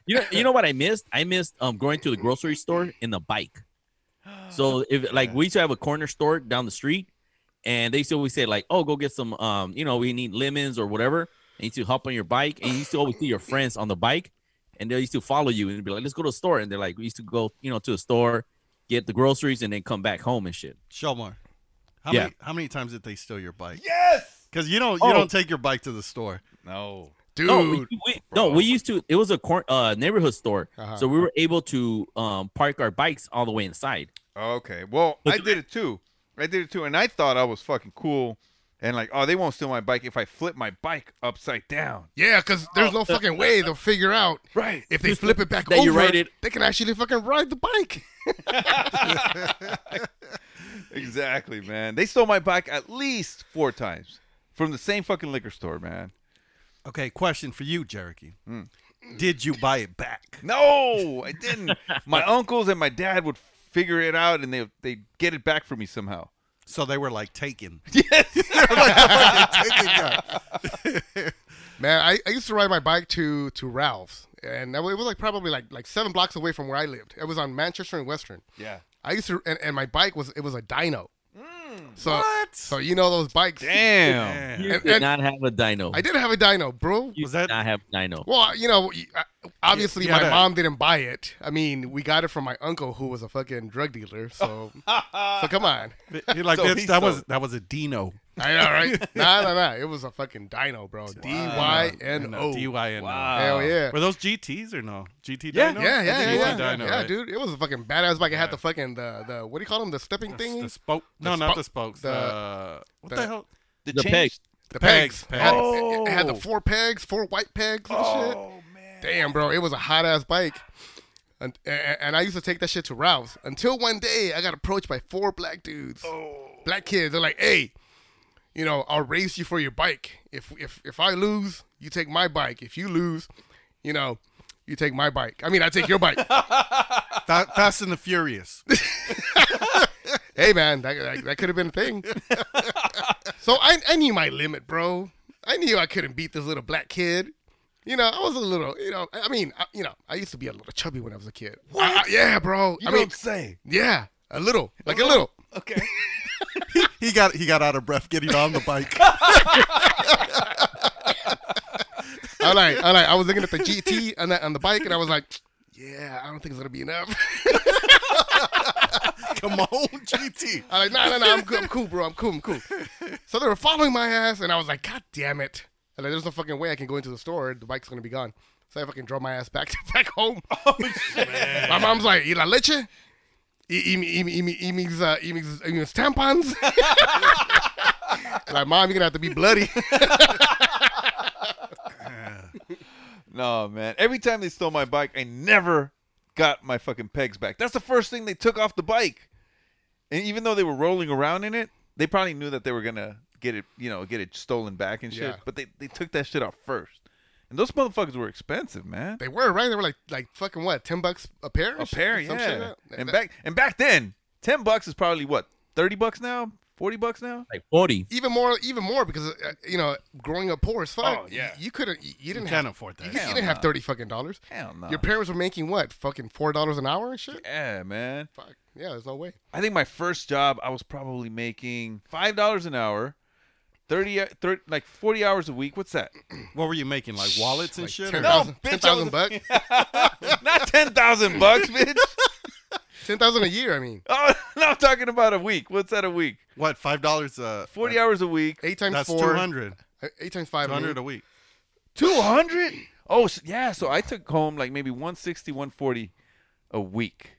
Speaker 7: You know, you know what I missed? I missed um going to the grocery store in the bike. So if like we used to have a corner store down the street, and they used to always say like, "Oh, go get some um, you know, we need lemons or whatever." And you used to hop on your bike, and you used to always see your friends on the bike, and they used to follow you and be like, "Let's go to the store," and they're like, "We used to go, you know, to the store, get the groceries, and then come back home and shit."
Speaker 6: Shomar, how
Speaker 7: Yeah.
Speaker 6: many how many times did they steal your bike?
Speaker 8: Yes.
Speaker 6: Because you don't you
Speaker 7: Oh.
Speaker 6: don't take your bike to the store.
Speaker 8: No.
Speaker 5: Dude,
Speaker 7: No, Oh, we, we, no, we used to. It was a cor- uh, neighborhood store,
Speaker 5: Uh-huh.
Speaker 7: so we were able to um, park our bikes all the way inside.
Speaker 8: Okay. Well, I did it too. I did it too, and I thought I was fucking cool, and like, oh, they won't steal my bike if I flip my bike upside down.
Speaker 5: Yeah, because there's no fucking way they'll figure out
Speaker 8: Right.
Speaker 5: if they flip it back
Speaker 7: Oh. That
Speaker 5: over.
Speaker 7: you ride it.
Speaker 5: They can actually fucking ride the bike.
Speaker 8: Exactly, man. They stole my bike at least four times from the same fucking liquor store, man.
Speaker 6: Okay, question for you, Jericho.
Speaker 1: Hmm.
Speaker 6: Did you buy it back?
Speaker 8: No, I didn't. my uncles and my dad would figure it out, and they they get it back for me somehow.
Speaker 6: So they were like taken.
Speaker 5: Man, I, I used to ride my bike to to Ralph's, and that was, it was like probably like like seven blocks away from where I lived. It was on Manchester and Western.
Speaker 8: Yeah.
Speaker 5: I used to, and, and my bike was it was a dyno.
Speaker 7: Mm.
Speaker 5: so so you know those bikes.
Speaker 8: Damn.
Speaker 7: You
Speaker 5: And-
Speaker 7: did
Speaker 5: and-
Speaker 7: not have a dyno.
Speaker 5: I did have a dyno, bro.
Speaker 7: You
Speaker 6: Was that-
Speaker 7: did not have a dyno.
Speaker 5: Well, you know, you- I- obviously
Speaker 6: you
Speaker 5: my
Speaker 6: had a-
Speaker 5: mom didn't buy it. I mean, we got it from my uncle who was a fucking drug dealer. So so come on.
Speaker 6: You're like,
Speaker 8: So
Speaker 6: "Bitch,
Speaker 8: he
Speaker 6: that
Speaker 8: stole
Speaker 6: was that was a Dino.
Speaker 5: I know, right? nah, nah, nah. It was a fucking dyno, bro. D Y N O.
Speaker 6: DYNO. Wow.
Speaker 5: Hell yeah.
Speaker 6: Were those GTs or no? GT
Speaker 8: Yeah.
Speaker 6: Dino?
Speaker 5: Yeah, yeah,
Speaker 6: I
Speaker 5: yeah,
Speaker 6: think it was
Speaker 5: yeah,
Speaker 6: a Dino,
Speaker 5: yeah,
Speaker 6: right?
Speaker 5: dude. It was a fucking badass bike. It had the fucking the the what do you call them? The stepping
Speaker 6: The s-
Speaker 5: thingy,
Speaker 6: The spoke. No,
Speaker 5: The
Speaker 6: not
Speaker 5: spoke-
Speaker 6: the spokes.
Speaker 5: the-
Speaker 6: uh, what the,
Speaker 5: the-
Speaker 6: hell?
Speaker 8: The,
Speaker 7: The
Speaker 8: change-
Speaker 7: pegs.
Speaker 5: the
Speaker 6: pegs,
Speaker 5: pegs. It had-
Speaker 8: pegs.
Speaker 5: It, it had the
Speaker 8: Oh.
Speaker 5: four pegs, four white pegs and shit.
Speaker 8: Oh man.
Speaker 5: Damn, bro, it was a hot ass bike. And, and, and I used to take that shit to Ralph's until one day I got approached by four black dudes,
Speaker 8: Oh.
Speaker 5: black kids. They're like, "Hey, you know, I'll race you for your bike. If if if I lose, you take my bike. If you lose, you know, you take my bike. I mean, I take your bike.
Speaker 6: Fa- Fast and the Furious.
Speaker 5: hey man, that, that, that could have been a thing. so I, I knew my limit, bro. I knew I couldn't beat this little black kid. You know, I was a little, you know, I mean, I, you know, I used to be a little chubby when I was a kid. What? yeah, bro.
Speaker 8: You
Speaker 5: I
Speaker 8: don't
Speaker 5: mean,
Speaker 8: say.
Speaker 5: yeah, a little, like a little.
Speaker 8: Okay.
Speaker 6: he got he got out of breath getting on the bike.
Speaker 5: I like, I like, I was looking at the GT on the, on the bike, and I was like, yeah, I don't think it's gonna be enough.
Speaker 6: Come on, GT.
Speaker 5: I like, nah, nah, nah, I'm good, I'm cool, bro, I'm cool, I'm cool. So they were following my ass, and I was like, God damn it! And like, there's no fucking way I can go into the store; the bike's gonna be
Speaker 8: Oh,
Speaker 5: gone. So I fucking drove my ass back back home. my mom's like, "Y la leche?" He, he, he, he, he makes, uh, he makes, he makes tampons. like, mom, you're gonna have to be bloody.
Speaker 8: No, man. Every time they stole my bike, I never got my fucking pegs back. That's the first thing they took off the bike. And even though they were rolling around in it, they probably knew that they were gonna get it, you know, get it stolen back and shit.
Speaker 5: Yeah.
Speaker 8: But they, they took that shit off first. And those motherfuckers were expensive, man.
Speaker 5: they were right. They were like, like fucking what, ten bucks a pair?
Speaker 8: A pair, yeah. and
Speaker 5: that-
Speaker 8: back and back then, ten bucks is probably what thirty bucks now, forty bucks now,
Speaker 7: like forty.
Speaker 5: even more, even more because uh, you know, growing up poor as fuck.
Speaker 8: Oh, yeah.
Speaker 5: you, you couldn't, you, you didn't
Speaker 8: can't
Speaker 5: have,
Speaker 8: afford that.
Speaker 5: You, could- you
Speaker 8: Hell
Speaker 5: didn't have
Speaker 8: no.
Speaker 5: thirty fucking dollars.
Speaker 8: Hell no.
Speaker 5: Your parents were making what, fucking four dollars an hour and shit.
Speaker 8: Yeah, man.
Speaker 5: Fuck. Yeah, there's no way.
Speaker 8: I think my first job, I was probably making five dollars an hour, 30, uh, 30 like forty hours a week. What's that?
Speaker 6: What were you making? Like wallets and shit? or-
Speaker 8: no, bitch, I was- Not ten thousand bucks, bitch.
Speaker 5: ten thousand a year. I mean,
Speaker 8: Oh, no, I'm talking about a week. What's that a week?
Speaker 6: What five dollars? Uh,
Speaker 8: Forty hours a week.
Speaker 5: eight times
Speaker 6: That's
Speaker 5: four.
Speaker 6: 200.
Speaker 5: Uh, Eight times five.
Speaker 6: Two hundred a week.
Speaker 8: Two hundred? Oh, s yeah. So I took home like maybe 160, 140 a week.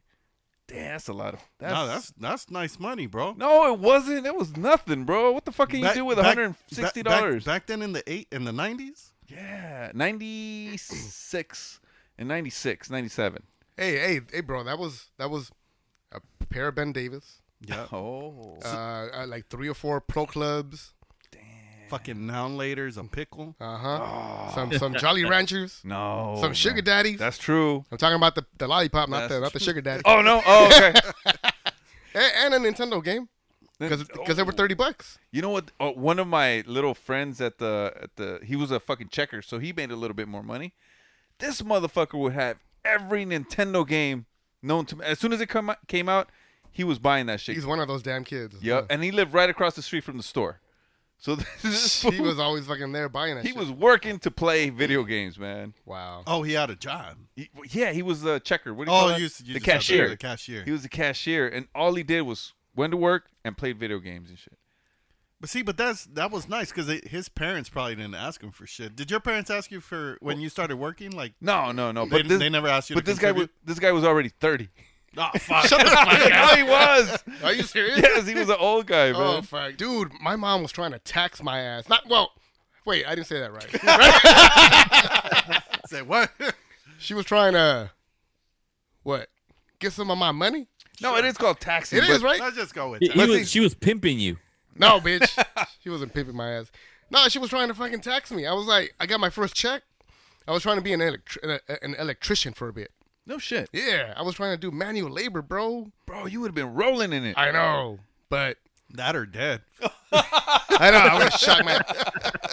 Speaker 8: Damn, that's a lot of. That's,
Speaker 6: no, that's that's nice money, bro.
Speaker 8: No, it wasn't. It was nothing, bro. What the fuck can you do with one hundred and sixty dollars?
Speaker 6: back, back then in the eight in the nineties?
Speaker 8: Yeah, ninety six and 96, 97.
Speaker 5: Hey, hey, hey, bro, that was that was a pair of Ben Davis.
Speaker 6: Yeah.
Speaker 8: Oh.
Speaker 5: Uh, uh, like three or four pro clubs.
Speaker 6: Fucking noun laters, a pickle.
Speaker 5: Uh huh. Some some Jolly Ranchers.
Speaker 8: No.
Speaker 5: Some sugar
Speaker 8: Oh. man.
Speaker 5: daddies.
Speaker 8: That's true.
Speaker 5: I'm talking about the, the lollipop, not
Speaker 8: That's
Speaker 5: the not the
Speaker 8: true.
Speaker 5: sugar daddy.
Speaker 8: Oh no. Oh okay.
Speaker 5: and, and a Nintendo game because they
Speaker 8: oh.
Speaker 5: were thirty bucks.
Speaker 8: You know what? Oh, one of my little friends at the at the he was a fucking checker, so he made a little bit more money. This motherfucker would have every Nintendo game known to as soon as it come out- came out, he was buying that shit.
Speaker 5: He's one of those damn kids.
Speaker 8: Yep, and he lived right across the street from the store. So this
Speaker 5: He
Speaker 8: fool-
Speaker 5: was always fucking there buying that.
Speaker 8: he
Speaker 5: shit.
Speaker 8: was working to play video games, man.
Speaker 5: wow.
Speaker 6: Oh, he had a job.
Speaker 8: He- yeah, he was a checker. What do you
Speaker 6: Oh,
Speaker 8: call
Speaker 6: you
Speaker 8: that?
Speaker 6: used to- you
Speaker 8: the
Speaker 6: just had to be
Speaker 8: cashier.
Speaker 6: the cashier.
Speaker 8: He was the cashier, and all he did was went to work and played video games and shit.
Speaker 6: But see, but that's that was nice because his parents probably didn't ask him for shit. Did your parents ask you for when you started working? Like,
Speaker 8: No, no, no.
Speaker 6: They-
Speaker 8: But this,
Speaker 6: they never asked you
Speaker 8: But
Speaker 6: to
Speaker 8: this guy was this guy was already thirty.
Speaker 6: oh fuck,
Speaker 8: no, he was.
Speaker 5: Are you serious?
Speaker 8: Yes, he was an old guy,
Speaker 5: Oh
Speaker 8: man.
Speaker 5: fuck, dude! My mom was trying to tax my ass. Not well. Wait, I didn't say that right.
Speaker 6: say what?
Speaker 5: She was trying to what? Get some of my money?
Speaker 8: no, it is called taxi.
Speaker 5: It is
Speaker 8: but-
Speaker 5: right.
Speaker 6: Let's just go with
Speaker 7: He-
Speaker 6: that.
Speaker 7: he was- she was pimping you.
Speaker 5: No, bitch. she wasn't pimping my ass. No, she was trying to fucking tax me. I was like, I got my first check. I was trying to be an electri- an- an electrician for a bit.
Speaker 8: No shit,
Speaker 5: Yeah, I was trying to do manual labor, bro.
Speaker 8: bro. You would have been rolling in it.
Speaker 5: I know, but
Speaker 6: That or dead.
Speaker 5: I know I would have shot my.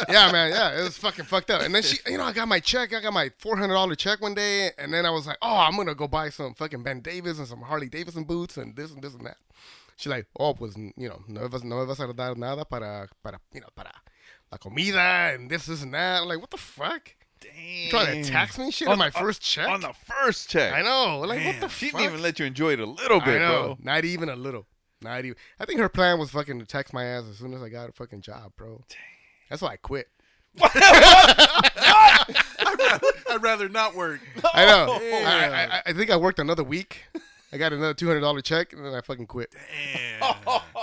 Speaker 5: Yeah, man. Yeah, it was fucking fucked up. And then she, you know, I got my check. I got my four hundred dollar check one day, and then I was like, oh, I'm gonna go buy some fucking Ben Davis and some Harley Davidson boots and this and this and that. She like, oh, pues, you know, no vas, no me vas a dar nada para, para, you know, para la comida and this, this and that. I'm like, what the fuck? You trying to tax me and shit on, my first check?
Speaker 8: on the first check.
Speaker 5: I know. Like, what the
Speaker 8: She
Speaker 5: fuck?
Speaker 8: didn't even let you enjoy it a little bit,
Speaker 5: I know.
Speaker 8: bro.
Speaker 5: Not even a little. Not even. I think her plan was fucking to tax my ass as soon as I got a fucking job, bro. That's why I quit.
Speaker 6: I'd rather not work.
Speaker 5: I know. I, I, I think I worked another week. I got another two hundred dollar check, and then I fucking quit. I'm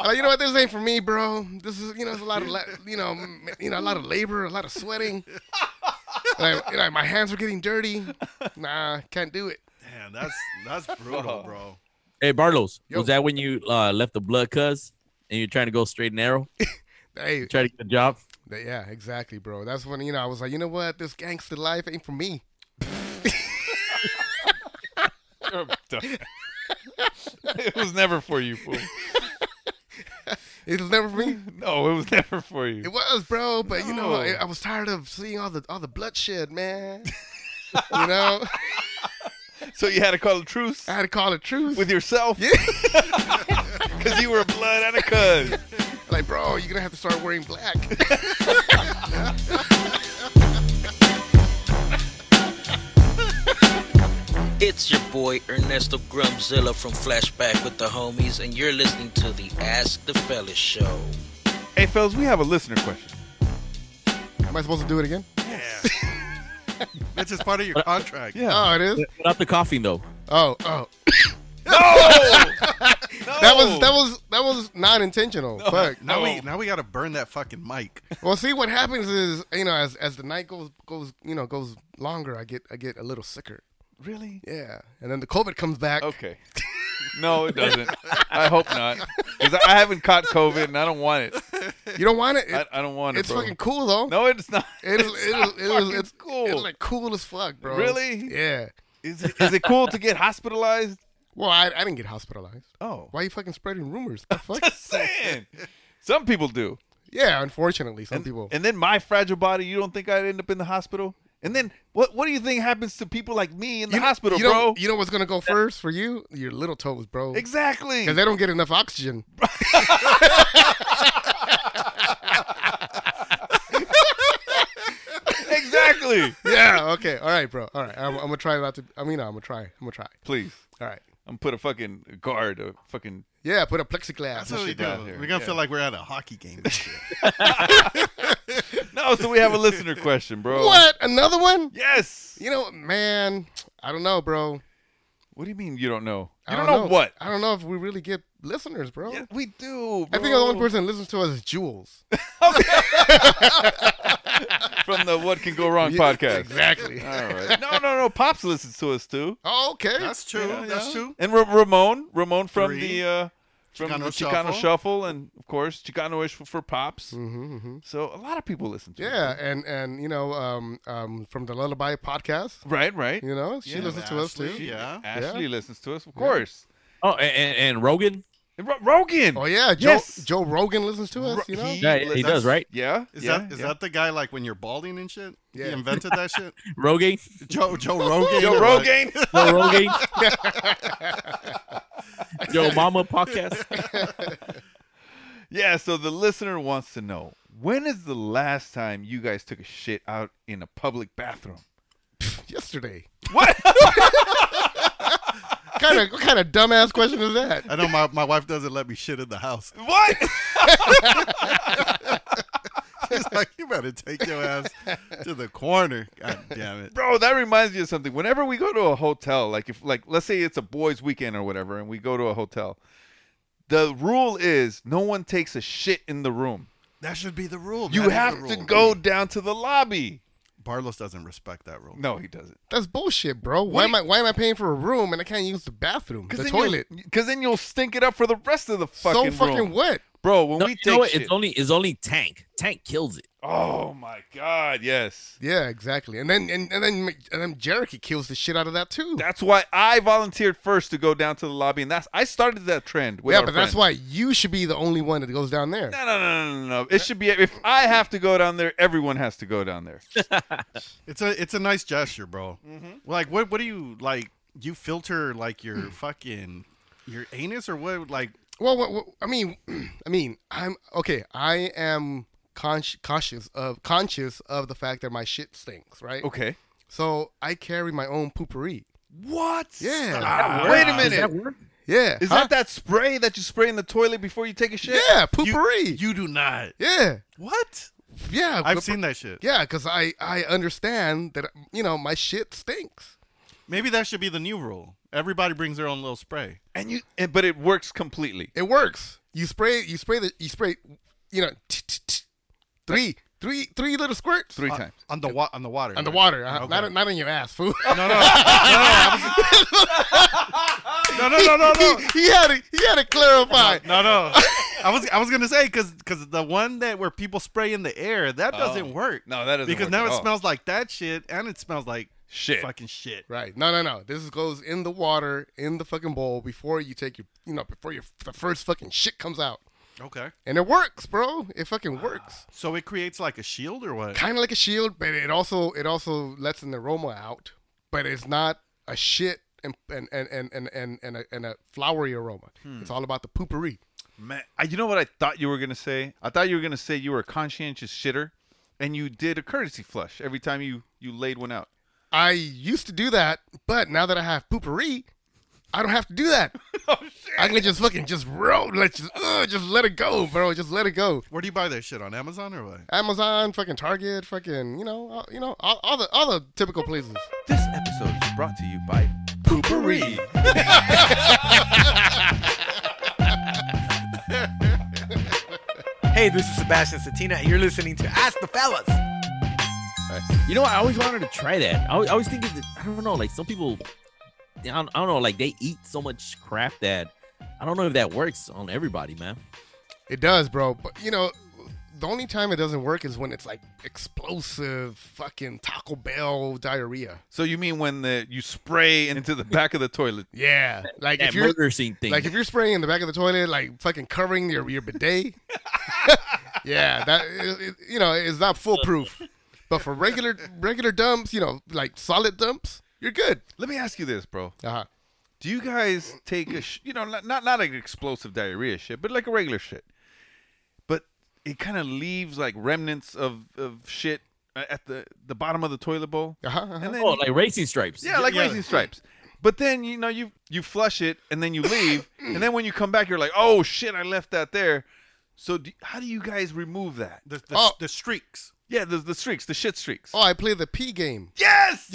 Speaker 5: like, you know what? This ain't for me, bro. This is you know, it's a lot of la- you know, m- you know, a lot of labor, a lot of sweating. Like, you know, my hands were getting dirty. Nah, can't do it.
Speaker 6: Damn, that's that's brutal, bro.
Speaker 7: Hey Barlos,
Speaker 5: Yo.
Speaker 7: was that when you uh, left the blood cuz and you're trying to go straight and narrow,
Speaker 5: Hey,
Speaker 7: try to get a job?
Speaker 5: yeah, exactly, bro. That's when you know I was like, you know what? This gangster life ain't for me.
Speaker 8: it was never for you, fool.
Speaker 5: It was never for me.
Speaker 8: No, it was never for
Speaker 5: It
Speaker 8: you.
Speaker 5: was, bro. But you know,
Speaker 8: No.
Speaker 5: I, I was tired of seeing all the all the bloodshed, man. you know,
Speaker 8: So you had to call a truce
Speaker 5: I had to call it truth.
Speaker 8: with yourself. Yeah. Because you were a blood and a cuz.
Speaker 5: like, bro, you're gonna have to start wearing black.
Speaker 13: It's your boy Ernesto Grumzilla from Flashback with the Homies, and you're listening to the Ask the Fellas show.
Speaker 8: Hey, fellas, we have a listener question.
Speaker 5: Am I supposed to do it again?
Speaker 6: That's just part of your contract.
Speaker 5: uh,
Speaker 8: Yeah.
Speaker 5: Oh, it is.
Speaker 7: Without the coughing though.
Speaker 5: Oh, oh. That was that was that was not intentional. Fuck.
Speaker 6: Now we now we gotta burn that fucking mic.
Speaker 5: Well, see what happens is you know as as the night goes goes you know goes longer, I get I get a little sicker.
Speaker 8: Really?
Speaker 5: Yeah. And then the COVID comes back.
Speaker 8: Okay. No, it doesn't. I hope not. 'Cause I haven't caught COVID and I don't want it.
Speaker 5: You don't want it?
Speaker 8: I, I don't want it.
Speaker 5: It's
Speaker 8: bro.
Speaker 5: fucking cool though.
Speaker 8: No, it's not.
Speaker 5: It is.
Speaker 8: It's
Speaker 5: It
Speaker 8: not
Speaker 5: is. It was.
Speaker 8: fucking
Speaker 5: It's cool. It's like cool as fuck, bro.
Speaker 8: Really?
Speaker 5: Yeah.
Speaker 8: Is it, is it cool to get hospitalized?
Speaker 5: Well, I, I didn't get hospitalized.
Speaker 8: Oh.
Speaker 5: Why are you fucking spreading rumors? The fuck?
Speaker 8: saying. Some people do.
Speaker 5: Yeah, unfortunately, some people.
Speaker 8: And then my fragile body, you don't think I'd end up in the hospital? And then what what do you think happens to people like me in the
Speaker 5: You-
Speaker 8: hospital,
Speaker 5: you
Speaker 8: bro?
Speaker 5: know, You know what's gonna go first for you? Your little toes, bro.
Speaker 8: Exactly.
Speaker 5: Because they don't get enough oxygen.
Speaker 8: exactly.
Speaker 5: Yeah. Okay. All right, bro. All right. I'm, I'm gonna try not to. I mean, no, I'm gonna try. I'm gonna try.
Speaker 8: Please.
Speaker 5: All right.
Speaker 8: I'm put a fucking guard, a fucking
Speaker 5: Yeah. Put a plexiglass.
Speaker 6: That's
Speaker 5: and
Speaker 6: what we
Speaker 5: shit
Speaker 6: do.
Speaker 5: down
Speaker 6: We're
Speaker 5: here.
Speaker 6: gonna feel like we're at a hockey game. and shit.
Speaker 8: No, so we have a listener question, bro.
Speaker 5: What? Another one?
Speaker 8: Yes.
Speaker 5: You know, man. I don't know, bro.
Speaker 8: What do you mean you don't know?
Speaker 5: I
Speaker 8: You don't, know, what?
Speaker 5: I don't know if we really get listeners, bro.
Speaker 8: we do.
Speaker 5: I think the only
Speaker 8: bro.
Speaker 5: person that listens to us is Jules.
Speaker 8: from the What Can Go Wrong podcast.
Speaker 5: exactly.
Speaker 8: All right. No, no, no. Pops listens to us too.
Speaker 5: Oh, okay.
Speaker 6: That's true. That's true.
Speaker 8: And Ra- Ramon, Ramon from
Speaker 6: Three.
Speaker 8: the uh, from
Speaker 6: Chicano
Speaker 8: the Chicano
Speaker 6: Shuffle.
Speaker 8: Shuffle. and of course Chicanoish for, for Pops. So a lot of people listen to.
Speaker 5: Yeah,
Speaker 8: us.
Speaker 5: and and you know, um, um, from the Lullaby podcast,
Speaker 8: Right, right.
Speaker 5: You know, she
Speaker 6: Yeah,
Speaker 5: listens to us too.
Speaker 6: Ashley, yeah.
Speaker 8: Ashley listens to us, of course.
Speaker 7: Oh, and, and, and Rogan.
Speaker 8: And Ro- Rogan.
Speaker 5: Oh yeah, Joe
Speaker 8: Yes.
Speaker 5: Joe Rogan listens to us. You know,
Speaker 7: Yeah, he
Speaker 8: listens-
Speaker 7: does, right?
Speaker 8: Yeah.
Speaker 6: Is
Speaker 8: yeah,
Speaker 6: that is
Speaker 8: yeah.
Speaker 6: that the guy like when you're balding and shit?
Speaker 5: Yeah.
Speaker 6: He invented that shit.
Speaker 7: Rogan.
Speaker 6: Joe Joe Rogan.
Speaker 8: Joe
Speaker 6: or like-
Speaker 8: Rogan?
Speaker 7: Joe Rogan. Joe Mama podcast.
Speaker 8: Yeah, so the listener wants to know when is the last time you guys took a shit out in a public bathroom?
Speaker 5: yesterday.
Speaker 8: What?
Speaker 5: kind of what kind of dumbass question is that?
Speaker 6: I know my, my wife doesn't let me shit in the house.
Speaker 8: What?
Speaker 6: She's like, you better take your ass to the corner. God damn it.
Speaker 8: Bro, that reminds me of something. Whenever we go to a hotel, like if like let's say it's a boys weekend or whatever and we go to a hotel, the rule is no one takes a shit in the room.
Speaker 6: That should be the rule.
Speaker 8: You
Speaker 6: That is the
Speaker 8: have to
Speaker 6: rule.
Speaker 8: go down to the lobby.
Speaker 6: Barlos doesn't respect that rule.
Speaker 8: No, he doesn't.
Speaker 5: That's bullshit, bro. Why
Speaker 8: What?
Speaker 5: am I why am I paying for a room and I can't use the bathroom, the toilet?
Speaker 8: Because then you'll stink it up for the rest of the
Speaker 5: So
Speaker 8: fucking
Speaker 5: fucking
Speaker 8: room.
Speaker 5: what?
Speaker 8: Bro, when
Speaker 7: No,
Speaker 8: we
Speaker 7: you
Speaker 8: take
Speaker 7: know what?
Speaker 8: shit.
Speaker 7: It's only it's only Tank. Tank kills it.
Speaker 8: oh my god, yes.
Speaker 5: Yeah, exactly. And then and, and then and then Jericho kills the shit out of that too.
Speaker 8: That's why I volunteered first to go down to the lobby, and that's I started that trend. With
Speaker 5: yeah,
Speaker 8: our
Speaker 5: but that's
Speaker 8: friend.
Speaker 5: why you should be the only one that goes down there.
Speaker 8: No, no, no, no, no, no. It should be if I have to go down there, everyone has to go down there.
Speaker 6: It's a it's a nice gesture, bro. Like what what do you like you filter like your fucking your anus or what like
Speaker 5: Well, what, what, I mean, I mean, I'm okay. I am con- cautious of conscious of the fact that my shit stinks, right?
Speaker 8: Okay.
Speaker 5: So I carry my own poopery.
Speaker 8: What?
Speaker 5: Yeah.
Speaker 8: Ah, wait a minute. Is that,
Speaker 5: Yeah. huh?
Speaker 8: that spray that you spray in the toilet before you take a shit?
Speaker 5: Yeah,
Speaker 6: you,
Speaker 5: poopery.
Speaker 6: you do not.
Speaker 5: yeah.
Speaker 6: What?
Speaker 5: Yeah.
Speaker 6: I've
Speaker 5: but-
Speaker 6: seen that shit.
Speaker 5: Yeah, because I I understand that you know my shit stinks.
Speaker 6: Maybe that should be the new rule. Everybody brings their own little spray.
Speaker 8: And you, and, but it works completely.
Speaker 5: It works. You spray you spray the you spray, you know, t- t- t- three three three little squirts
Speaker 8: Three times.
Speaker 6: On the wa- on the water.
Speaker 5: on the
Speaker 6: right?
Speaker 5: water. uh,
Speaker 6: Okay.
Speaker 5: Not not on your ass, fool.
Speaker 6: No, no, no, no, no, I was- no, no, no, no, no.
Speaker 5: he, he had to he had to clarify.
Speaker 6: No, no. I was I was gonna say because the one that where people spray in the air that doesn't work.
Speaker 8: Oh. No, that doesn't
Speaker 6: because
Speaker 8: work
Speaker 6: now
Speaker 8: at
Speaker 6: it
Speaker 8: all.
Speaker 6: smells like that shit and it smells like
Speaker 8: Shit.
Speaker 6: fucking shit.
Speaker 5: Right. No, no, no. This is- goes in the water, in the fucking bowl before you take your, you know, before your the first fucking shit comes out,
Speaker 6: Okay.
Speaker 5: and it works, bro. It fucking works.
Speaker 6: So it creates like a shield or what?
Speaker 5: Kind of like a shield, but it also it also lets an aroma out, but it's not a shit and and and and and and, and, a, and a flowery aroma. It's all about the poopery.
Speaker 8: Man, I, you know what I thought you were gonna say? I thought you were gonna say you were a conscientious shitter, and you did a courtesy flush every time you you laid one out.
Speaker 5: I used to do that, but now that I have poopery, I don't have to do that. I can just fucking just roll, let just uh, just let it go, bro. Just let it go.
Speaker 6: Where do you buy that shit on Amazon or what?
Speaker 5: Amazon, fucking Target, fucking you know, all, you know, all, all the all the typical places.
Speaker 8: This episode is brought to you by poopery.
Speaker 14: Hey, this is Sebastian Satina, and you're listening to Ask the Fellas.
Speaker 7: You know, I always wanted to try that. I always, I always think that I don't know, like some people, I don't, I don't know, like they eat so much crap that I don't know if that works on everybody, man.
Speaker 5: It does, bro. But you know, the only time it doesn't work is when it's like explosive fucking Taco Bell diarrhea.
Speaker 8: So you mean when the you spray into the back of the toilet?
Speaker 5: Yeah, like
Speaker 8: That
Speaker 5: if you're
Speaker 8: murder scene thing.
Speaker 5: like if you're spraying in the back of the toilet, like fucking covering your your bidet. yeah, that it, it- you know it's not foolproof, but for regular regular dumps, you know, like solid dumps, you're good.
Speaker 8: Let me ask you this, bro.
Speaker 5: Uh-huh.
Speaker 8: Do you guys take a, sh- you know, not not not like explosive diarrhea shit, but like a regular shit? But it kind of leaves like remnants of of shit uh, at the the bottom of the toilet bowl.
Speaker 5: Uh-huh,
Speaker 7: Oh, like racing stripes.
Speaker 8: Yeah, like
Speaker 7: Yeah.
Speaker 8: racing stripes. But then you know you you flush it and then you leave, and then when you come back, you're like, oh shit, I left that there. So do, how do you guys remove that? The, the,
Speaker 5: Oh.
Speaker 6: the streaks.
Speaker 8: Yeah, the, the streaks, the shit streaks.
Speaker 5: Oh, I play the P game.
Speaker 8: Yes.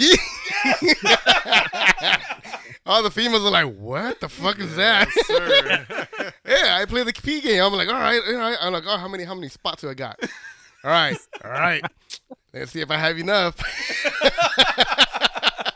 Speaker 5: All the females are like, "What the fuck is that?" yeah, I play the P game. I'm like, "All right, all right." I'm like, "Oh, how many how many spots do I got?" All right, all right. Let's see if I have enough.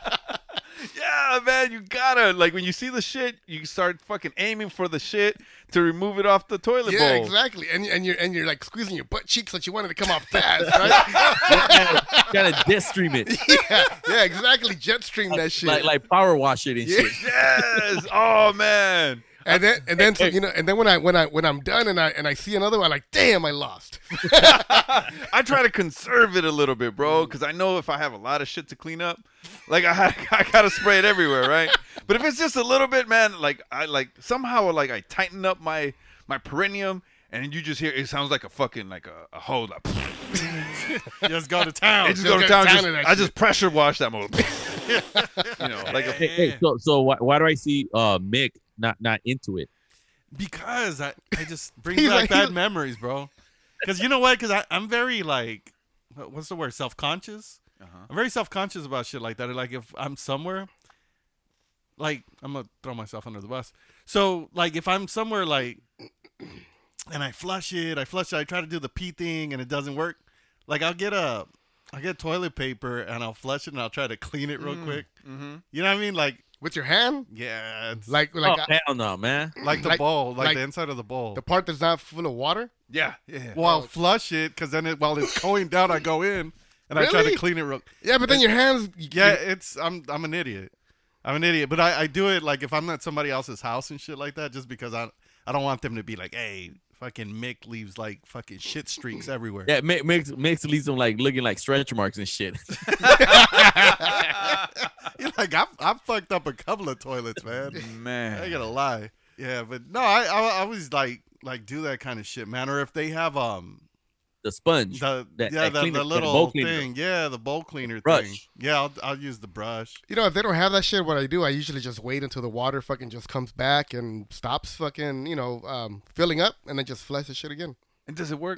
Speaker 8: Yeah, man, you gotta like when you see the shit, you start fucking aiming for the shit to remove it off the toilet
Speaker 5: yeah,
Speaker 8: bowl.
Speaker 5: exactly. And and you're and you're like squeezing your butt cheeks like you wanted to come off fast, right?
Speaker 7: Gotta death stream it.
Speaker 5: yeah, yeah, exactly. Jet stream that shit.
Speaker 7: Like like power wash it and
Speaker 5: Yeah.
Speaker 7: shit.
Speaker 8: Yes. Oh man.
Speaker 5: and then and then so, you know and then when I when I when I'm done and I and I see another one, I'm like, damn, I lost.
Speaker 8: I try to conserve it a little bit, bro, because I know if I have a lot of shit to clean up, like I, I gotta spray it everywhere, right? But if it's just a little bit, man, like I like somehow like I tighten up my my perineum, and you just hear it sounds like a fucking like a, a hole. Like,
Speaker 6: just go to town.
Speaker 8: I just go to town. just- I just pressure wash that mode. you know, like a
Speaker 7: Hey, hey, so so why, why do I see uh Mick not not into it?
Speaker 6: Because I, I just bring
Speaker 7: He's
Speaker 6: back
Speaker 7: like-
Speaker 6: bad
Speaker 7: he's-
Speaker 6: memories, bro. Because you know what? Because I'm very like, what- what's the word? Self conscious. I'm very self conscious about shit like that. Like if I'm somewhere, like I'm gonna throw myself under the bus. So like if I'm somewhere like, and I flush it, I flush it, I try to do the pee thing, and it doesn't work. Like I'll get a, I get toilet paper and I'll flush it and I'll try to clean it real
Speaker 5: Mm,
Speaker 6: quick.
Speaker 5: mhm.
Speaker 6: You know what I mean? Like
Speaker 5: with your hand?
Speaker 6: Yeah. it's-
Speaker 5: Like- like Oh, I-
Speaker 7: hell no, man.
Speaker 6: Like the
Speaker 5: Like-
Speaker 6: bowl, like,
Speaker 5: like-
Speaker 6: the inside of the bowl.
Speaker 5: the part that's not full of water.
Speaker 8: Yeah, yeah.
Speaker 6: Well, I'll flush it because then it, while it's going down, I go in and I try to
Speaker 5: Really?
Speaker 6: clean it real.
Speaker 5: Yeah, but then your hands.
Speaker 6: Yeah, it's I'm I'm an idiot. I'm an idiot, but I, I do it like if I'm at somebody else's house and shit like that, just because I I don't want them to be like, hey, fucking Mick leaves like fucking shit streaks everywhere.
Speaker 7: Yeah, Mick Mick Mick's leaves them like looking like stretch marks and shit.
Speaker 6: You're like I've I've fucked up a couple of toilets, man.
Speaker 8: Man.
Speaker 6: I gotta lie. Yeah, but no, I I, I always like like do that kind of shit, man. Or if they have um
Speaker 7: the sponge.
Speaker 6: the
Speaker 7: That-
Speaker 6: yeah
Speaker 7: that
Speaker 6: the, the
Speaker 7: cleaner- that
Speaker 6: little
Speaker 7: bowl cleaner.
Speaker 6: thing, yeah, the bowl cleaner
Speaker 7: Brush.
Speaker 6: thing. Yeah, I'll I'll use the brush.
Speaker 5: You know, if they don't have that shit, what I do, I usually just wait until the water fucking just comes back and stops fucking, you know, um, filling up, and then just flush the shit again.
Speaker 8: And does it work?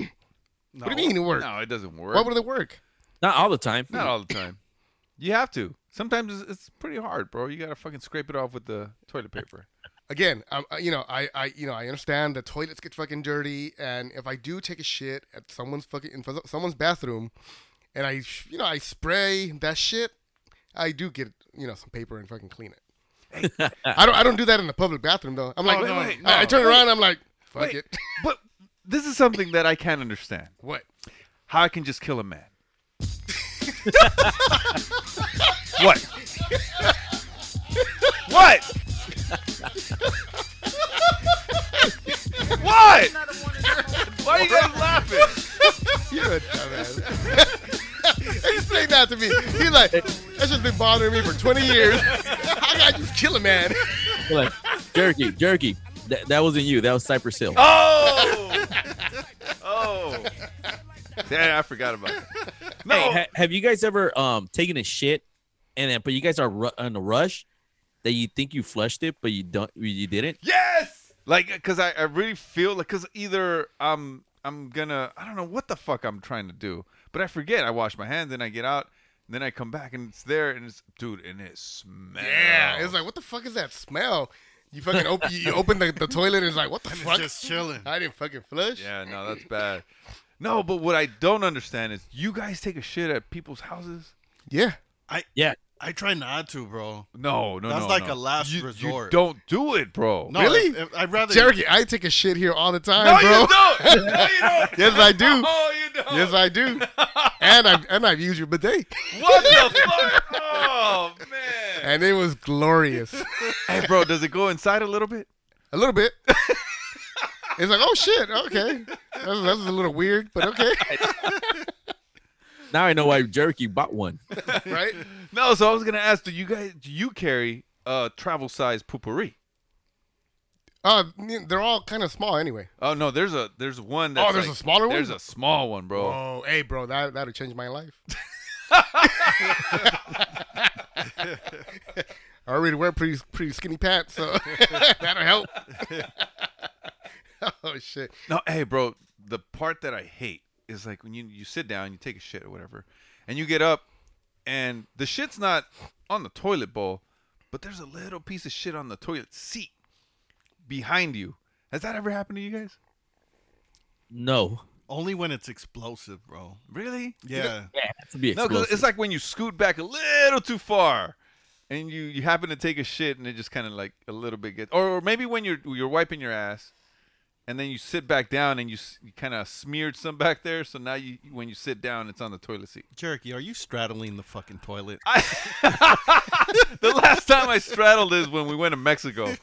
Speaker 5: What do you mean it work?
Speaker 8: No, it doesn't work.
Speaker 5: Why would it work?
Speaker 7: Not all the time.
Speaker 8: Not all the time. You have to. Sometimes it's, it's pretty hard, bro. You gotta fucking scrape it off with the toilet paper.
Speaker 5: Again, um, uh, you know, I, I, you know, I understand the toilets get fucking dirty, and if I do take a shit at someone's fucking in fo- someone's bathroom, and I, sh- you know, I spray that shit, I do get, you know, some paper and fucking clean it. I don't, I don't do that in the public bathroom though. I'm
Speaker 8: No,
Speaker 5: like,
Speaker 8: Oh, no,
Speaker 5: I-
Speaker 8: no.
Speaker 5: I, turn around,
Speaker 8: Wait.
Speaker 5: I'm like, fuck
Speaker 8: Wait.
Speaker 5: it.
Speaker 8: But this is something that I can't understand.
Speaker 5: What?
Speaker 8: How I can just kill a man. what? what? what? Why are you guys laughing?
Speaker 5: You're a dumbass. Explain that to me. He's like, that's just been bothering me for 20 years. How can I just kill a man?
Speaker 7: Like, jerky, jerky. That, that wasn't you. That was Cypress Hill.
Speaker 8: Oh! oh. Yeah, I forgot about it.
Speaker 7: No. have you guys ever um taken a shit and then but you guys are ru- on a rush that you think you flushed it but you don't you didn't?
Speaker 8: Yes. Like, cause I, I really feel like, cause either I'm I'm gonna I don't know what the fuck I'm trying to do, but I forget. I wash my hands and I get out. Then I come back and it's there, and it's dude, and it smells.
Speaker 5: Yeah, it's like what the fuck is that smell? You fucking open you you open the, the toilet and it's like what the fuck? just
Speaker 6: chilling.
Speaker 5: I didn't fucking flush.
Speaker 8: Yeah, no, that's bad. No, but what I don't understand is you guys take a shit at people's houses.
Speaker 5: Yeah.
Speaker 6: I
Speaker 7: yeah.
Speaker 6: I try not to, bro.
Speaker 8: No, no,
Speaker 6: That's
Speaker 8: no,
Speaker 6: like
Speaker 8: no.
Speaker 6: a last
Speaker 8: You- you
Speaker 6: resort.
Speaker 8: don't do it, bro.
Speaker 6: No,
Speaker 5: really?
Speaker 6: if- if- I'd rather
Speaker 5: Cherokee, I take a shit here all the time,
Speaker 6: No, you
Speaker 5: bro.
Speaker 6: don't. No, you don't.
Speaker 5: yes, I do.
Speaker 6: No,
Speaker 8: you don't.
Speaker 5: Yes, I do. and I and I've used your bidet.
Speaker 8: What the fuck? Oh man.
Speaker 5: And it was glorious.
Speaker 8: hey, bro, does it go inside a little bit?
Speaker 5: A little bit. It's like, oh shit, okay. That's, that's a little weird, but okay.
Speaker 7: Now I know why Jerky bought one.
Speaker 5: right?
Speaker 8: No, so I was gonna ask, do you guys do you carry uh travel size poopery?
Speaker 5: Uh, they're all kind of small anyway.
Speaker 8: Oh no, there's a there's one. That's
Speaker 5: Oh, there's
Speaker 8: like-
Speaker 5: a smaller one.
Speaker 8: There's a small one, bro.
Speaker 5: Oh, hey, bro, that that'll change my life. I already wear pretty pretty skinny pants, so that'll help. oh shit!
Speaker 8: No, hey, bro. The part that I hate is like when you you sit down, you take a shit or whatever, and you get up, and the shit's not on the toilet bowl, but there's a little piece of shit on the toilet seat behind you. Has that ever happened to you guys?
Speaker 7: No.
Speaker 6: Only when it's explosive, bro.
Speaker 8: Really?
Speaker 6: Yeah.
Speaker 8: no, because it's like when you scoot back a little too far, and you you happen to take a shit, and it just kind of like a little bit gets, or, or maybe when you're you're wiping your ass, and then you sit back down, and you, s- you kind of smeared some back there, so now you when you sit down, it's on the toilet seat.
Speaker 6: Cherokee, are you straddling the fucking toilet?
Speaker 8: the last time I straddled is when we went to Mexico,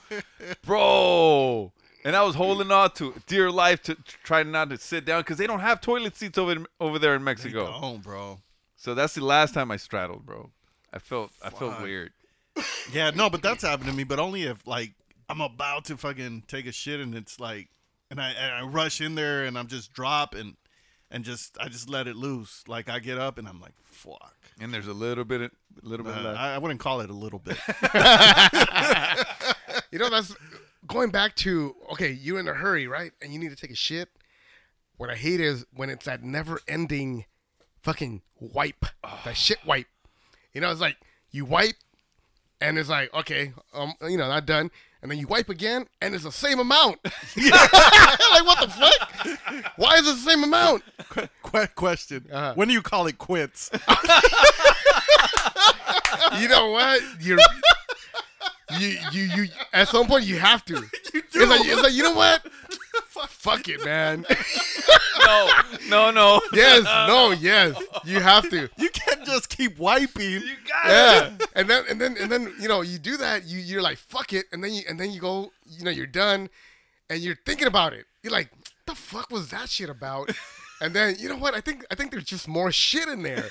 Speaker 8: bro. And I was holding on to dear life to, to try not to sit down because they don't have toilet seats over in, over there in Mexico.
Speaker 6: don't, bro.
Speaker 8: So that's the last time I straddled, bro. I felt I felt
Speaker 6: Fuck.
Speaker 8: weird.
Speaker 6: yeah, no, but that's happened to me. But only if like I'm about to fucking take a shit and it's like, and I and I rush in there and I'm just drop and and just I just let it loose. Like I get up and I'm like, fuck.
Speaker 8: And there's a little bit, a little bit
Speaker 6: Uh,
Speaker 8: left.
Speaker 6: I, I wouldn't call it a little bit.
Speaker 5: You know, that's going back to okay, you're in a hurry, right? And you need to take a shit. What I hate is when it's that never ending fucking wipe, that shit wipe. You know, it's like you wipe and it's like, okay, um, you know, not done. And then you wipe again and it's the same amount. like, what the fuck? Why is it the same amount?
Speaker 6: Quick question.
Speaker 5: Uh-huh.
Speaker 6: When do you call it quits?
Speaker 5: you know what? You're you you you at some point you have to.
Speaker 6: do.
Speaker 5: It's like it's like you know what? Fuck it, man.
Speaker 8: no, no, no.
Speaker 5: Yes, no, yes. You have to.
Speaker 6: You can't just keep wiping. You
Speaker 8: got
Speaker 5: yeah. And then and then and then you know you do that. You you're like fuck it, and then you and then you go. You know you're done, and you're thinking about it. You're like, the fuck was that shit about? And then you know what? I think I think there's just more shit in there.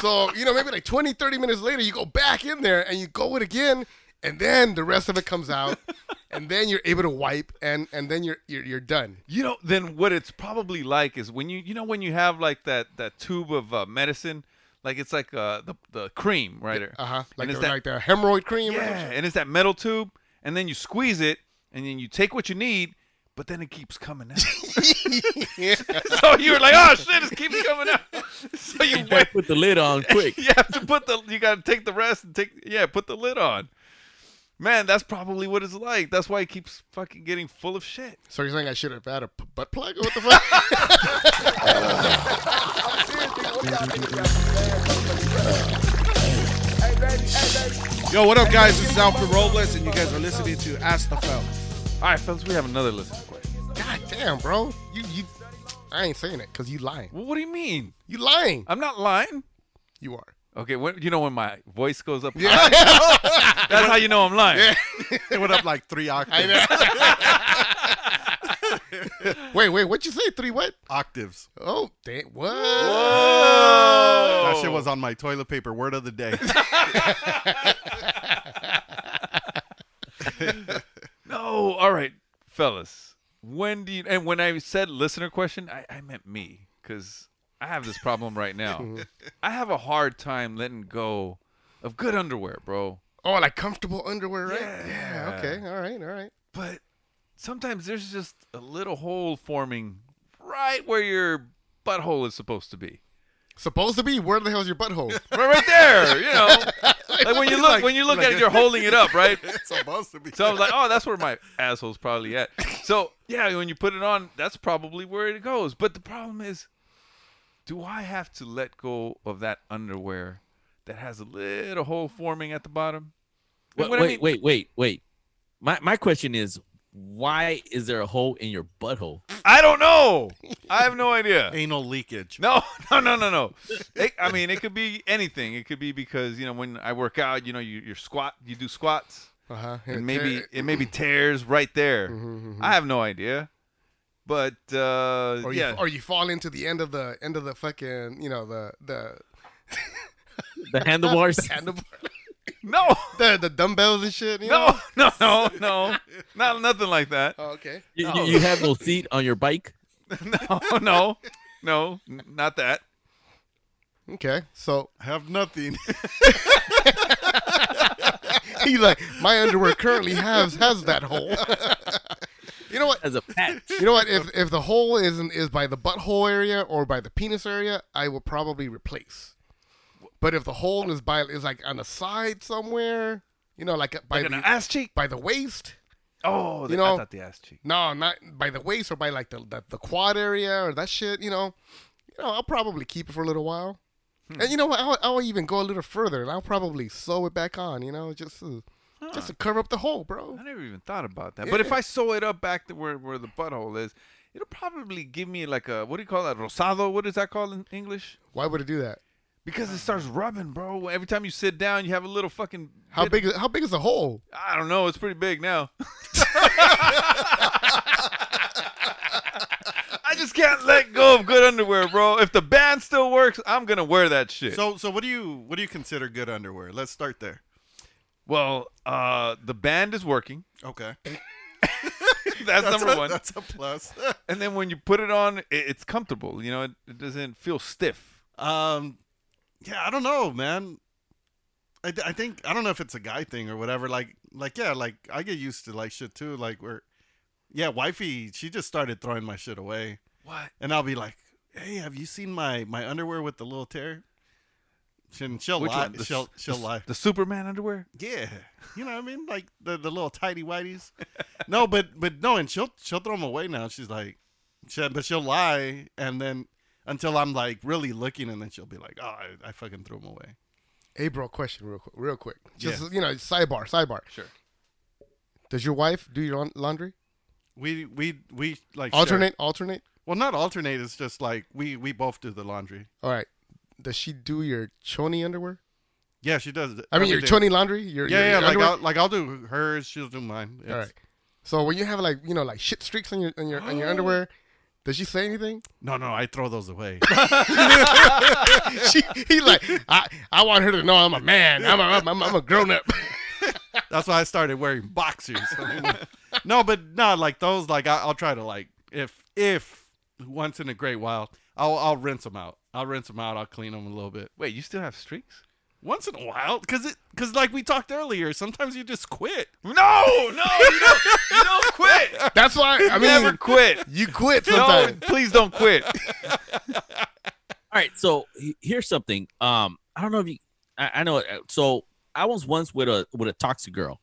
Speaker 5: So, you know, maybe like 20, 30 minutes later, you go back in there and you go it again, and then the rest of it comes out, and then you're able to wipe, and and then you're you're, you're done.
Speaker 8: You know, then what it's probably like is when you you know when you have like that that tube of uh, medicine, like it's like uh the the cream right
Speaker 5: Uh huh. Like,
Speaker 8: and it's
Speaker 5: the- like the hemorrhoid cream. or
Speaker 8: yeah,
Speaker 5: something.
Speaker 8: and it's that metal tube, and then you squeeze it, and then you take what you need, but then it keeps coming out. so you were like, oh shit, it keeps coming out. So you wait.
Speaker 7: Put the lid on quick.
Speaker 8: you have to put the you gotta take the rest and take yeah put the lid on man that's probably what it's like that's why it keeps fucking getting full of shit
Speaker 5: So you're saying I should have had a p- butt plug? What the fuck?
Speaker 9: Yo, what up, guys? This is Alfred Robles, and you guys are listening to Ask the Fellas.
Speaker 8: All right, fellas, we have another listener question.
Speaker 5: God damn, bro. You you I ain't saying it because you lying.
Speaker 8: Well, what do you mean?
Speaker 5: You lying.
Speaker 8: I'm not lying.
Speaker 5: You are.
Speaker 8: okay when, you know when my voice goes up
Speaker 5: Yeah.
Speaker 8: high? that's how you know i'm lying
Speaker 6: it went up like three octaves.
Speaker 5: wait, wait, what'd you say? Three what?
Speaker 6: Octaves.
Speaker 5: Oh, damn. What?
Speaker 8: Oh.
Speaker 6: That shit was on my toilet paper word of the day.
Speaker 8: no all right fellas when do you and when i said listener question i, I meant me because i have this problem right now i have a hard time letting go of good underwear bro
Speaker 5: Oh, like comfortable underwear, right?
Speaker 8: Yeah.
Speaker 5: yeah okay. All right. All right.
Speaker 8: But sometimes there's just a little hole forming right where your butthole is supposed to be.
Speaker 5: supposed to be. Where the hell's your butthole?
Speaker 8: Right, right there. You know, like when you look, when you look at it, you're holding it up, right?
Speaker 6: It's supposed to be.
Speaker 8: So I was like, oh, that's where my asshole's probably at. So yeah, when you put it on, that's probably where it goes. But the problem is, do I have to let go of that underwear that has a little hole forming at the bottom?
Speaker 7: Wait, wait, wait, wait, wait. My my question is, why is there a hole in your butthole?
Speaker 8: I don't know. I have no idea.
Speaker 6: Anal leakage.
Speaker 8: No, no, no, no, no. It, I mean, it could be anything. It could be because you know when I work out, you know, you you squat, you do squats,
Speaker 5: Uh-huh.
Speaker 8: and maybe it maybe tears right there.
Speaker 5: Mm-hmm,
Speaker 8: I have no idea, but uh,
Speaker 5: or you,
Speaker 8: yeah,
Speaker 5: or you fall into the end of the end of the fucking you know the the
Speaker 7: the handlebars.
Speaker 5: the handlebar.
Speaker 8: No,
Speaker 5: the the dumbbells and shit. You
Speaker 8: No,
Speaker 5: know?
Speaker 8: no, no, no, not nothing like that.
Speaker 5: Oh, okay.
Speaker 7: You,
Speaker 8: No.
Speaker 7: you, you have no seat on your bike.
Speaker 8: no, no, no, n- not that.
Speaker 5: Okay, so
Speaker 6: I have nothing.
Speaker 5: He's like, my underwear currently has has that hole. you know what?
Speaker 7: As a patch.
Speaker 5: You know what? If if the hole isn't is by the butthole area or by the penis area, I will probably replace. But if the hole is by is like on the side somewhere, you know, like by
Speaker 8: Like
Speaker 5: the
Speaker 8: an ass cheek,
Speaker 5: by the waist.
Speaker 8: Oh, the,
Speaker 5: you know,
Speaker 8: I thought the ass cheek.
Speaker 5: no, not by the waist or by like the, the the quad area or that shit. You know, you know, I'll probably keep it for a little while.
Speaker 8: Hmm.
Speaker 5: And you know what? I'll, I'll even go a little further, and I'll probably sew it back on. You know, just to, just to cover up the hole, bro.
Speaker 8: I never even thought about that. But if I sew it up back to where, where the butthole is, it'll probably give me like a what do you call that? Rosado? What is that called in English?
Speaker 5: Why would it do that?
Speaker 8: Because it starts rubbing, bro. Every time you sit down, you have a little fucking.
Speaker 5: How
Speaker 8: bit-
Speaker 5: big? is- How big is the hole?
Speaker 8: I don't know. It's pretty big now. I just can't let go of good underwear, bro. If the band still works, I'm gonna wear that shit.
Speaker 6: so so what do you what do you consider good underwear? Let's start there.
Speaker 8: well, uh, the band is working.
Speaker 6: Okay.
Speaker 8: That's, number
Speaker 6: a,
Speaker 8: one.
Speaker 6: That's a plus.
Speaker 8: and then when you put it on, it, it's comfortable. You know, it, it doesn't feel stiff.
Speaker 6: Um, yeah, I don't know, man. I, I think I don't know if it's a guy thing or whatever. Like like yeah, like I get used to like shit too. Like where, yeah, wifey, she just started throwing my shit away,
Speaker 8: What?
Speaker 6: and I'll be like, hey, have you seen my my underwear with the little tear? She- And she'll
Speaker 8: Which
Speaker 6: lie.
Speaker 8: one? The
Speaker 6: she'll
Speaker 8: s-
Speaker 6: she'll
Speaker 8: the s-
Speaker 6: lie.
Speaker 8: The Superman underwear?
Speaker 6: Yeah, you know what I mean, like the the little tidy whities. no, but but no, and she'll she'll throw them away now. She's like, she, but she'll lie, and then until I'm like really looking, and then she'll be like, oh, I, I fucking threw them away.
Speaker 5: Hey, bro, question real quick, real quick. Just
Speaker 6: Yeah.
Speaker 5: you know, sidebar, sidebar.
Speaker 8: Sure.
Speaker 5: Does your wife do your laun- laundry?
Speaker 6: We we we like share-
Speaker 5: Alternate, alternate.
Speaker 6: Well, not alternate. It's just like we we both do the laundry.
Speaker 5: All right. Does she do your choni underwear?
Speaker 6: Yeah, she does.
Speaker 5: I mean, your
Speaker 6: everything.
Speaker 5: choni laundry. Your your-
Speaker 6: Yeah, yeah.
Speaker 5: your
Speaker 6: Like
Speaker 5: underwear?
Speaker 6: I'll, like I'll do hers. She'll do mine. It's-
Speaker 5: All right. So when you have like you know like shit streaks on your on your on your underwear, does she say anything?
Speaker 6: No, no, I throw those away.
Speaker 5: she he like I I want her to know I'm a man. I'm a I'm, I'm a grown up.
Speaker 6: That's why I started wearing boxers. no, but no, like those, like I, I'll try to like if if once in a great while, I'll I'll rinse them out. I'll rinse them out. I'll clean them a little bit
Speaker 8: Wait, you still have streaks?
Speaker 6: once in a while, cause it cause like we talked earlier, sometimes you just quit.
Speaker 8: No, no, you don't, you don't quit.
Speaker 5: That's why I mean
Speaker 8: Never quit.
Speaker 5: you quit
Speaker 8: No,
Speaker 5: sometimes.
Speaker 8: please don't quit.
Speaker 7: All right, so he- here's something. Um, I don't know if you, I, I know. uh, So I was once with a with a toxic girl,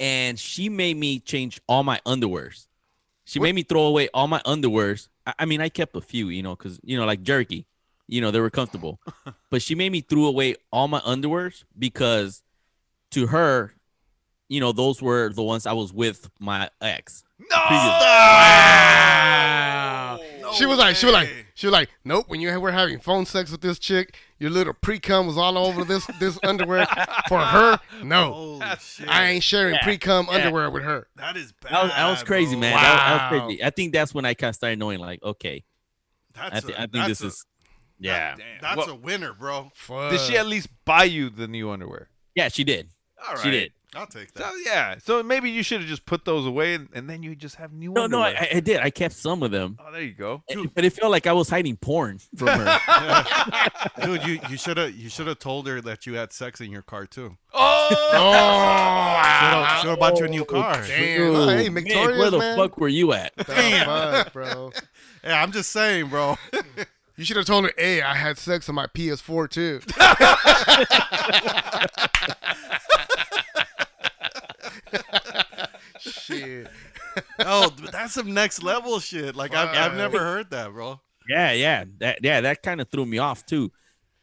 Speaker 7: and she made me change all my underwears. She made me throw away all my underwears. I, I mean, I kept a few, you know, because you know, like jerky, you know, they were comfortable. but she made me throw away all my underwears because, to her, you know, those were the ones I was with my ex.
Speaker 5: she was like she was like she was like nope. When you were having phone sex with this chick, your little pre cum was all over this this underwear. For her,
Speaker 8: Oh,
Speaker 5: no,
Speaker 6: Holy shit!
Speaker 5: I ain't sharing pre cum
Speaker 7: Yeah.
Speaker 5: underwear with her.
Speaker 6: that is bad.
Speaker 7: That was, that
Speaker 8: Ah,
Speaker 7: was crazy,
Speaker 6: bro.
Speaker 7: man. That, was-
Speaker 5: Wow.
Speaker 7: that was crazy. I think that's when I kind of started knowing, like, okay,
Speaker 6: That's
Speaker 7: I, thi-
Speaker 6: a-
Speaker 7: I think
Speaker 6: that's
Speaker 7: this
Speaker 6: a-
Speaker 7: is, yeah,
Speaker 6: That's
Speaker 8: Well-
Speaker 6: a winner, bro.
Speaker 5: Fuck.
Speaker 8: Did she at least buy you the new underwear?
Speaker 7: yeah. She did.
Speaker 8: All right.
Speaker 7: She did.
Speaker 6: I'll take that.
Speaker 8: So, yeah. So maybe you should have just put those away and, and then you just have new
Speaker 7: No, no,
Speaker 8: underwear.
Speaker 7: I, I- I did. I kept some of them,
Speaker 8: oh, there you go.
Speaker 7: but it felt like I was hiding porn from her.
Speaker 6: Dude, you you should have you should have told her that you had sex in your car too.
Speaker 8: Oh,
Speaker 6: Should have bought you a new car.
Speaker 5: Damn.
Speaker 7: Ooh,
Speaker 5: hey,
Speaker 7: man,
Speaker 5: Victoria's
Speaker 7: where the
Speaker 5: man.
Speaker 7: fuck were you at?
Speaker 5: The fuck, bro.
Speaker 6: Yeah, I'm just saying, bro.
Speaker 5: You should have told her, hey, I had sex on my PS4 too.
Speaker 6: shit. oh, that's some next level shit. Like I've, I've never heard that, bro.
Speaker 7: Yeah, yeah, that yeah, that kind of threw me off too.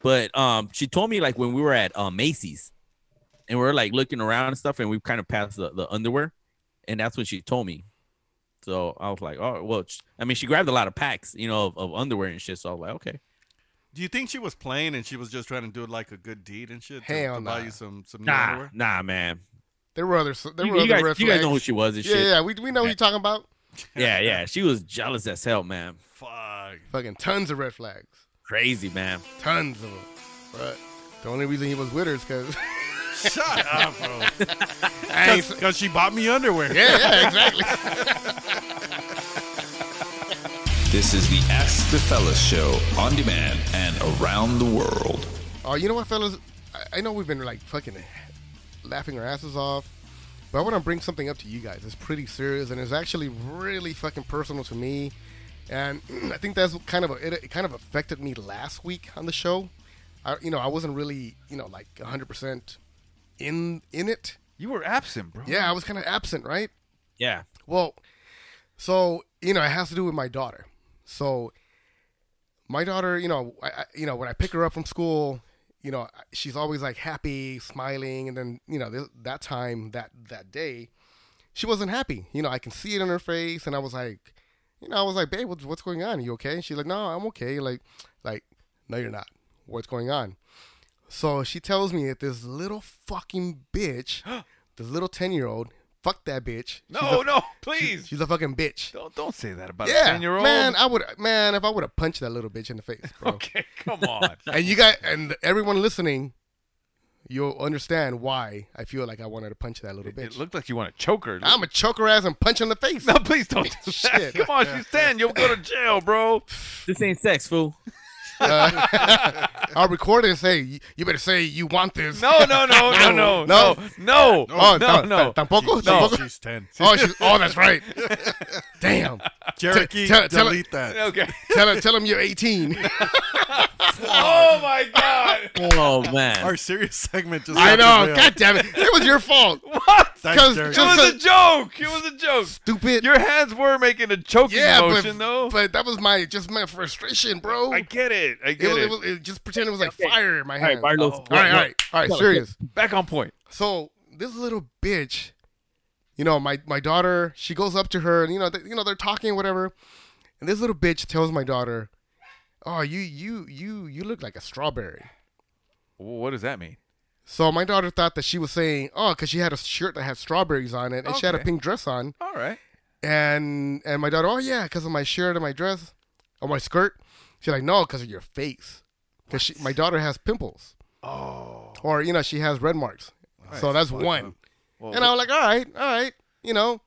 Speaker 7: But um, she told me like when we were at uh, Macy's, and we are like looking around and stuff, and we kind of passed the, the underwear, and that's when she told me. So I was like, oh well, sh- I mean, she grabbed a lot of packs, you know, of, of underwear and shit. So I was like, okay,
Speaker 6: Do you think she was playing and she was just trying to do like a good deed and shit? to-
Speaker 5: Hell
Speaker 6: to
Speaker 5: nah.
Speaker 6: buy you some some new
Speaker 7: nah,
Speaker 6: underwear?
Speaker 7: nah, man,
Speaker 5: There were other. There
Speaker 7: You-
Speaker 5: were
Speaker 7: you
Speaker 5: other
Speaker 7: guys-
Speaker 5: red
Speaker 7: you guys
Speaker 5: flags.
Speaker 7: know who she was and
Speaker 5: yeah,
Speaker 7: shit.
Speaker 5: Yeah, we, we know who you're talking about.
Speaker 7: yeah, yeah, she was jealous as hell, man,
Speaker 5: Fucking tons of red flags.
Speaker 7: crazy, man.
Speaker 5: Tons of them. But the only reason he was with her is because.
Speaker 6: Shut up, bro.
Speaker 5: I ain't-
Speaker 6: Because she bought me underwear.
Speaker 5: Yeah, yeah, exactly.
Speaker 1: This is the Ask the Fellas show on demand and around the world.
Speaker 5: Oh, you know what, fellas? I, I know we've been like fucking laughing our asses off, but I want to bring something up to you guys. It's pretty serious and it's actually really fucking personal to me, and I think that's kind of a, it, it kind of affected me last week on the show. I, you know, I wasn't really, you know, like 100 percent in in it.
Speaker 8: You were absent, bro.
Speaker 5: Yeah, I was kind of absent, right?
Speaker 7: Yeah.
Speaker 5: Well, so you know, it has to do with my daughter. So my daughter, you know, I, I, you know, when I pick her up from school, you know, I- she's always like happy, smiling, and then you know, th- that time, that that day, she wasn't happy. You know, I can see it in her face, and I was like, you know, I was like, babe, what's, what's going on? you okay? And she's like, no, I'm okay. Like, like, no, you're not. What's going on? So she tells me that this little fucking bitch, this little ten year old, fuck that bitch. She's
Speaker 8: No,
Speaker 5: a-
Speaker 8: no,
Speaker 5: she's-
Speaker 8: please.
Speaker 5: she's a fucking bitch.
Speaker 8: Don't don't say that about
Speaker 5: yeah,
Speaker 8: a ten year old.
Speaker 5: Man, I would man, if I would have punched that little bitch in the face, bro.
Speaker 8: okay, come on.
Speaker 5: and you got and everyone listening, you'll understand why I feel like I wanted to punch that little bitch.
Speaker 8: It looked like you want to choke her.
Speaker 5: I'm gonna choke her ass and punch her in the face. No,
Speaker 8: please don't. Come on, she's ten. You'll go to jail, bro.
Speaker 7: This ain't sex, fool.
Speaker 5: Uh, I'll record it and say, "You- you better say you want this.
Speaker 8: No, no, no, no, no, no, no,
Speaker 5: oh,
Speaker 8: no,
Speaker 5: ta-
Speaker 8: no.
Speaker 5: ta- Tampoco?
Speaker 8: She- no.
Speaker 5: tampoco?
Speaker 8: She's 10.
Speaker 5: Oh, she's, oh, that's right. Damn.
Speaker 6: Cherokee,
Speaker 5: Tell- tell-
Speaker 6: delete
Speaker 5: tell-
Speaker 6: that.
Speaker 8: Okay.
Speaker 5: Tell, her- tell him you're 18.
Speaker 8: oh my god.
Speaker 7: Oh man,
Speaker 6: our serious segment just.
Speaker 5: I
Speaker 6: got
Speaker 5: know.
Speaker 6: derailed.
Speaker 5: God damn it. It was your fault.
Speaker 8: What?
Speaker 6: Thanks,
Speaker 5: 'Cause-
Speaker 6: Jerry.
Speaker 5: just
Speaker 8: It was a
Speaker 5: 'cause-
Speaker 8: joke. It was a joke.
Speaker 5: Stupid.
Speaker 8: Your hands were making a choking
Speaker 5: Yeah, but-
Speaker 8: motion, though.
Speaker 5: But that was my just my frustration, bro.
Speaker 8: I get it. I
Speaker 5: It
Speaker 8: get
Speaker 5: was,
Speaker 8: it.
Speaker 5: it was, it just pretend it was like fire in my
Speaker 8: All right,
Speaker 5: hand.
Speaker 8: Barlow.
Speaker 5: all right, all right, all right.
Speaker 8: Tell us.
Speaker 5: Serious.
Speaker 8: Back on point.
Speaker 5: So this little bitch, you know, my my daughter, she goes up to her, and you know, they, you know, they're talking, whatever. And this little bitch tells my daughter, "Oh, you you you you look like a strawberry."
Speaker 8: Well, what does that mean?
Speaker 5: So my daughter thought that she was saying, "Oh, because she had a shirt that had strawberries on it, and she had a
Speaker 8: Okay.
Speaker 5: pink dress on."
Speaker 8: All right.
Speaker 5: and and my daughter, oh yeah, because of my shirt and my dress, or my skirt. She's like, no, because of your face, because my daughter has pimples. Oh. Or you know she has red marks, so that's one.
Speaker 8: Well,
Speaker 5: and I was like, all right, all right, you know,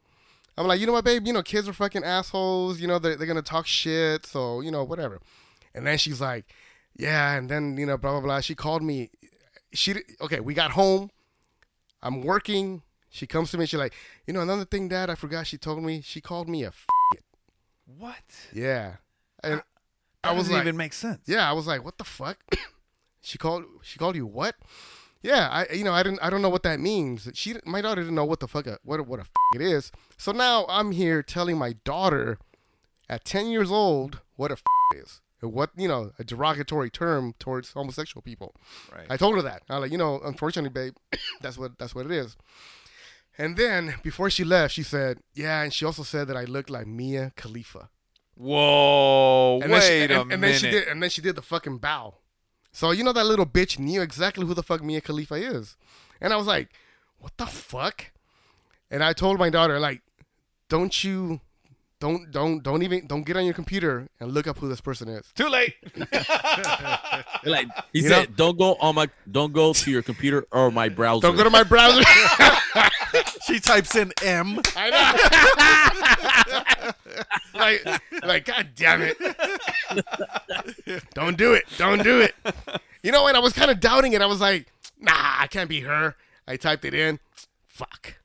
Speaker 5: I'm like, you know what, babe, you know kids are fucking assholes. You know they're they're gonna talk shit, so you know whatever. And then she's like, yeah, and then you know blah blah blah. She called me. She di- okay, we got home. I'm working. She comes to me. She's like, you know, another thing, Dad, I forgot. She told me. She called me a. F- it.
Speaker 8: What?
Speaker 5: Yeah, and
Speaker 8: That
Speaker 5: I was
Speaker 8: doesn't
Speaker 5: like,
Speaker 8: even make sense.
Speaker 5: Yeah, I was like, what the fuck? she called. She called you what? Yeah, I you know I didn't I don't know what that means. She my daughter didn't know what the fuck a, what a- what a f- it is. So now I'm here telling my daughter at ten years old what a f- is and what you know a derogatory term towards homosexual people.
Speaker 8: Right.
Speaker 5: I told her that. I like you know unfortunately, babe, that's what that's what it is. And then before she left, she said, "Yeah," and she also said that I looked like Mia Khalifa.
Speaker 8: Whoa,
Speaker 5: And
Speaker 8: wait
Speaker 5: then she,
Speaker 8: a
Speaker 5: and, and then
Speaker 8: minute.
Speaker 5: she did, and then she did the fucking bow. So you know that little bitch knew exactly who the fuck Mia Khalifa is, and I was like, "What the fuck?" And I told my daughter, like, "Don't you, don't, don't, don't even, don't get on your computer and look up who this person is."
Speaker 8: Too late.
Speaker 7: Like he
Speaker 5: You
Speaker 7: said, don't go on my, don't go to your computer or my browser.
Speaker 5: Don't go to my browser.
Speaker 6: she types in M.
Speaker 5: I know. like, like, god damn it! Don't do it! Don't do it! You know, and I was kind of doubting it. I was like, nah, I can't be her. I typed it in. Fuck,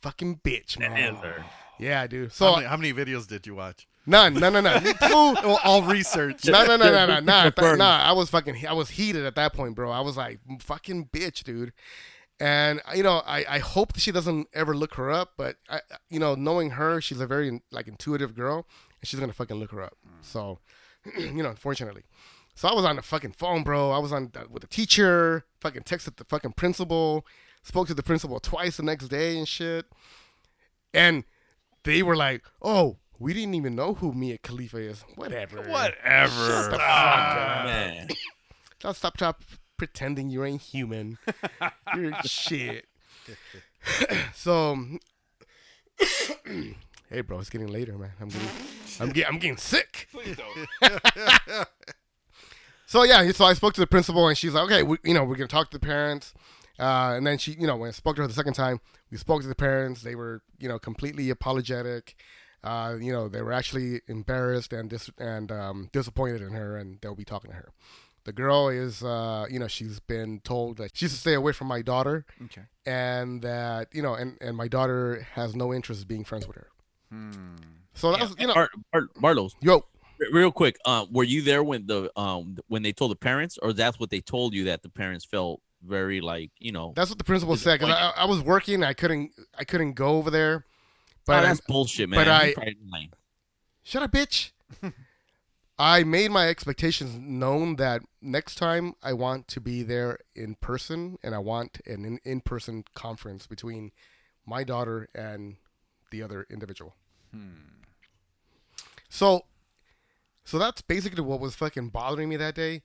Speaker 5: fucking bitch, man. Yeah, dude. So
Speaker 7: Oh,
Speaker 6: how many, how many videos did you watch?
Speaker 5: None, no, no, no.
Speaker 6: I'll, I'll research.
Speaker 5: No, no, no, no, no, no, no, no. I was fucking, I was heated at that point, bro. I was like, fucking bitch, dude. And you know, I, I hope she doesn't ever look her up, but I, you know, knowing her, she's a very like intuitive girl, and she's gonna fucking look her up. So, you know, unfortunately. So I was on the fucking phone, bro. I was on the, with the teacher, fucking texted the fucking principal, spoke to the principal twice the next day and shit. And they were like, "Oh, we didn't even know who Mia Khalifa is. Whatever.
Speaker 8: Whatever.
Speaker 5: Shut the fuck
Speaker 8: Ah,
Speaker 5: up.
Speaker 8: man.
Speaker 5: Now stop, stop pretending you ain't human. You're shit. so, hey, bro, it's getting later, man. I'm getting, I'm getting, I'm getting sick. so yeah, so I spoke to the principal, and she's like, okay, we, you know, we're gonna talk to the parents. Uh, and then she, you know, when I spoke to her the second time, we spoke to the parents. They were, you know, completely apologetic. Uh, you know, they were actually embarrassed and dis- and um, disappointed in her, and they'll be talking to her. The girl is, uh, you know, she's been told that she's to stay away from my daughter,
Speaker 8: Okay.
Speaker 5: and that you know, and and my daughter has no interest in being friends with her. So that's you know,
Speaker 7: Bar- Bar- Barlos.
Speaker 5: Yo,
Speaker 7: real quick. Uh, were you there when the um when they told the parents, or that's what they told you that the parents felt very like you know?
Speaker 5: That's what the principal said. Cause I, I was working, I couldn't, I couldn't go over there.
Speaker 7: But
Speaker 5: But
Speaker 7: Oh, that's
Speaker 5: I-
Speaker 7: bullshit, man.
Speaker 5: But
Speaker 7: You
Speaker 5: I
Speaker 7: probably lying.
Speaker 5: shut up, bitch. I made my expectations known that next time I want to be there in person, and I want an in- in-person conference between my daughter and the other individual. So, so that's basically what was fucking bothering me that day.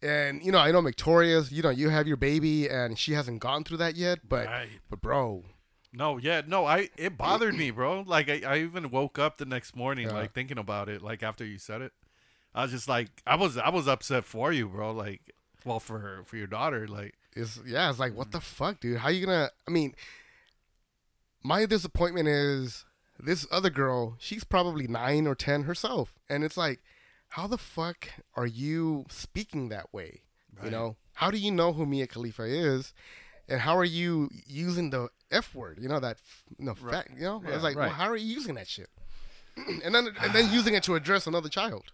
Speaker 5: And you know, I know Victoria's. You know, you have your baby, and she hasn't gone through that yet. But,
Speaker 6: Right.
Speaker 5: but bro,
Speaker 6: No, yeah, no, I it bothered me, bro. Like I, I even woke up the next morning
Speaker 5: Yeah.
Speaker 6: like thinking about it, like after you said it. I was just like I was I was upset for you, bro. Like well for her for your daughter, like
Speaker 5: is yeah, it's like what the fuck, dude? How you gonna? I mean, my disappointment is this other girl. She's probably nine or ten herself, and it's like, how the fuck are you speaking that way? You
Speaker 6: Right.
Speaker 5: know, how do you know who Mia Khalifa is, and how are you using the f word? You know that f- no
Speaker 6: Right.
Speaker 5: fact. You know,
Speaker 6: Yeah,
Speaker 5: it's like, well,
Speaker 6: right.
Speaker 5: how are you using that shit? and then and then using it to address another child.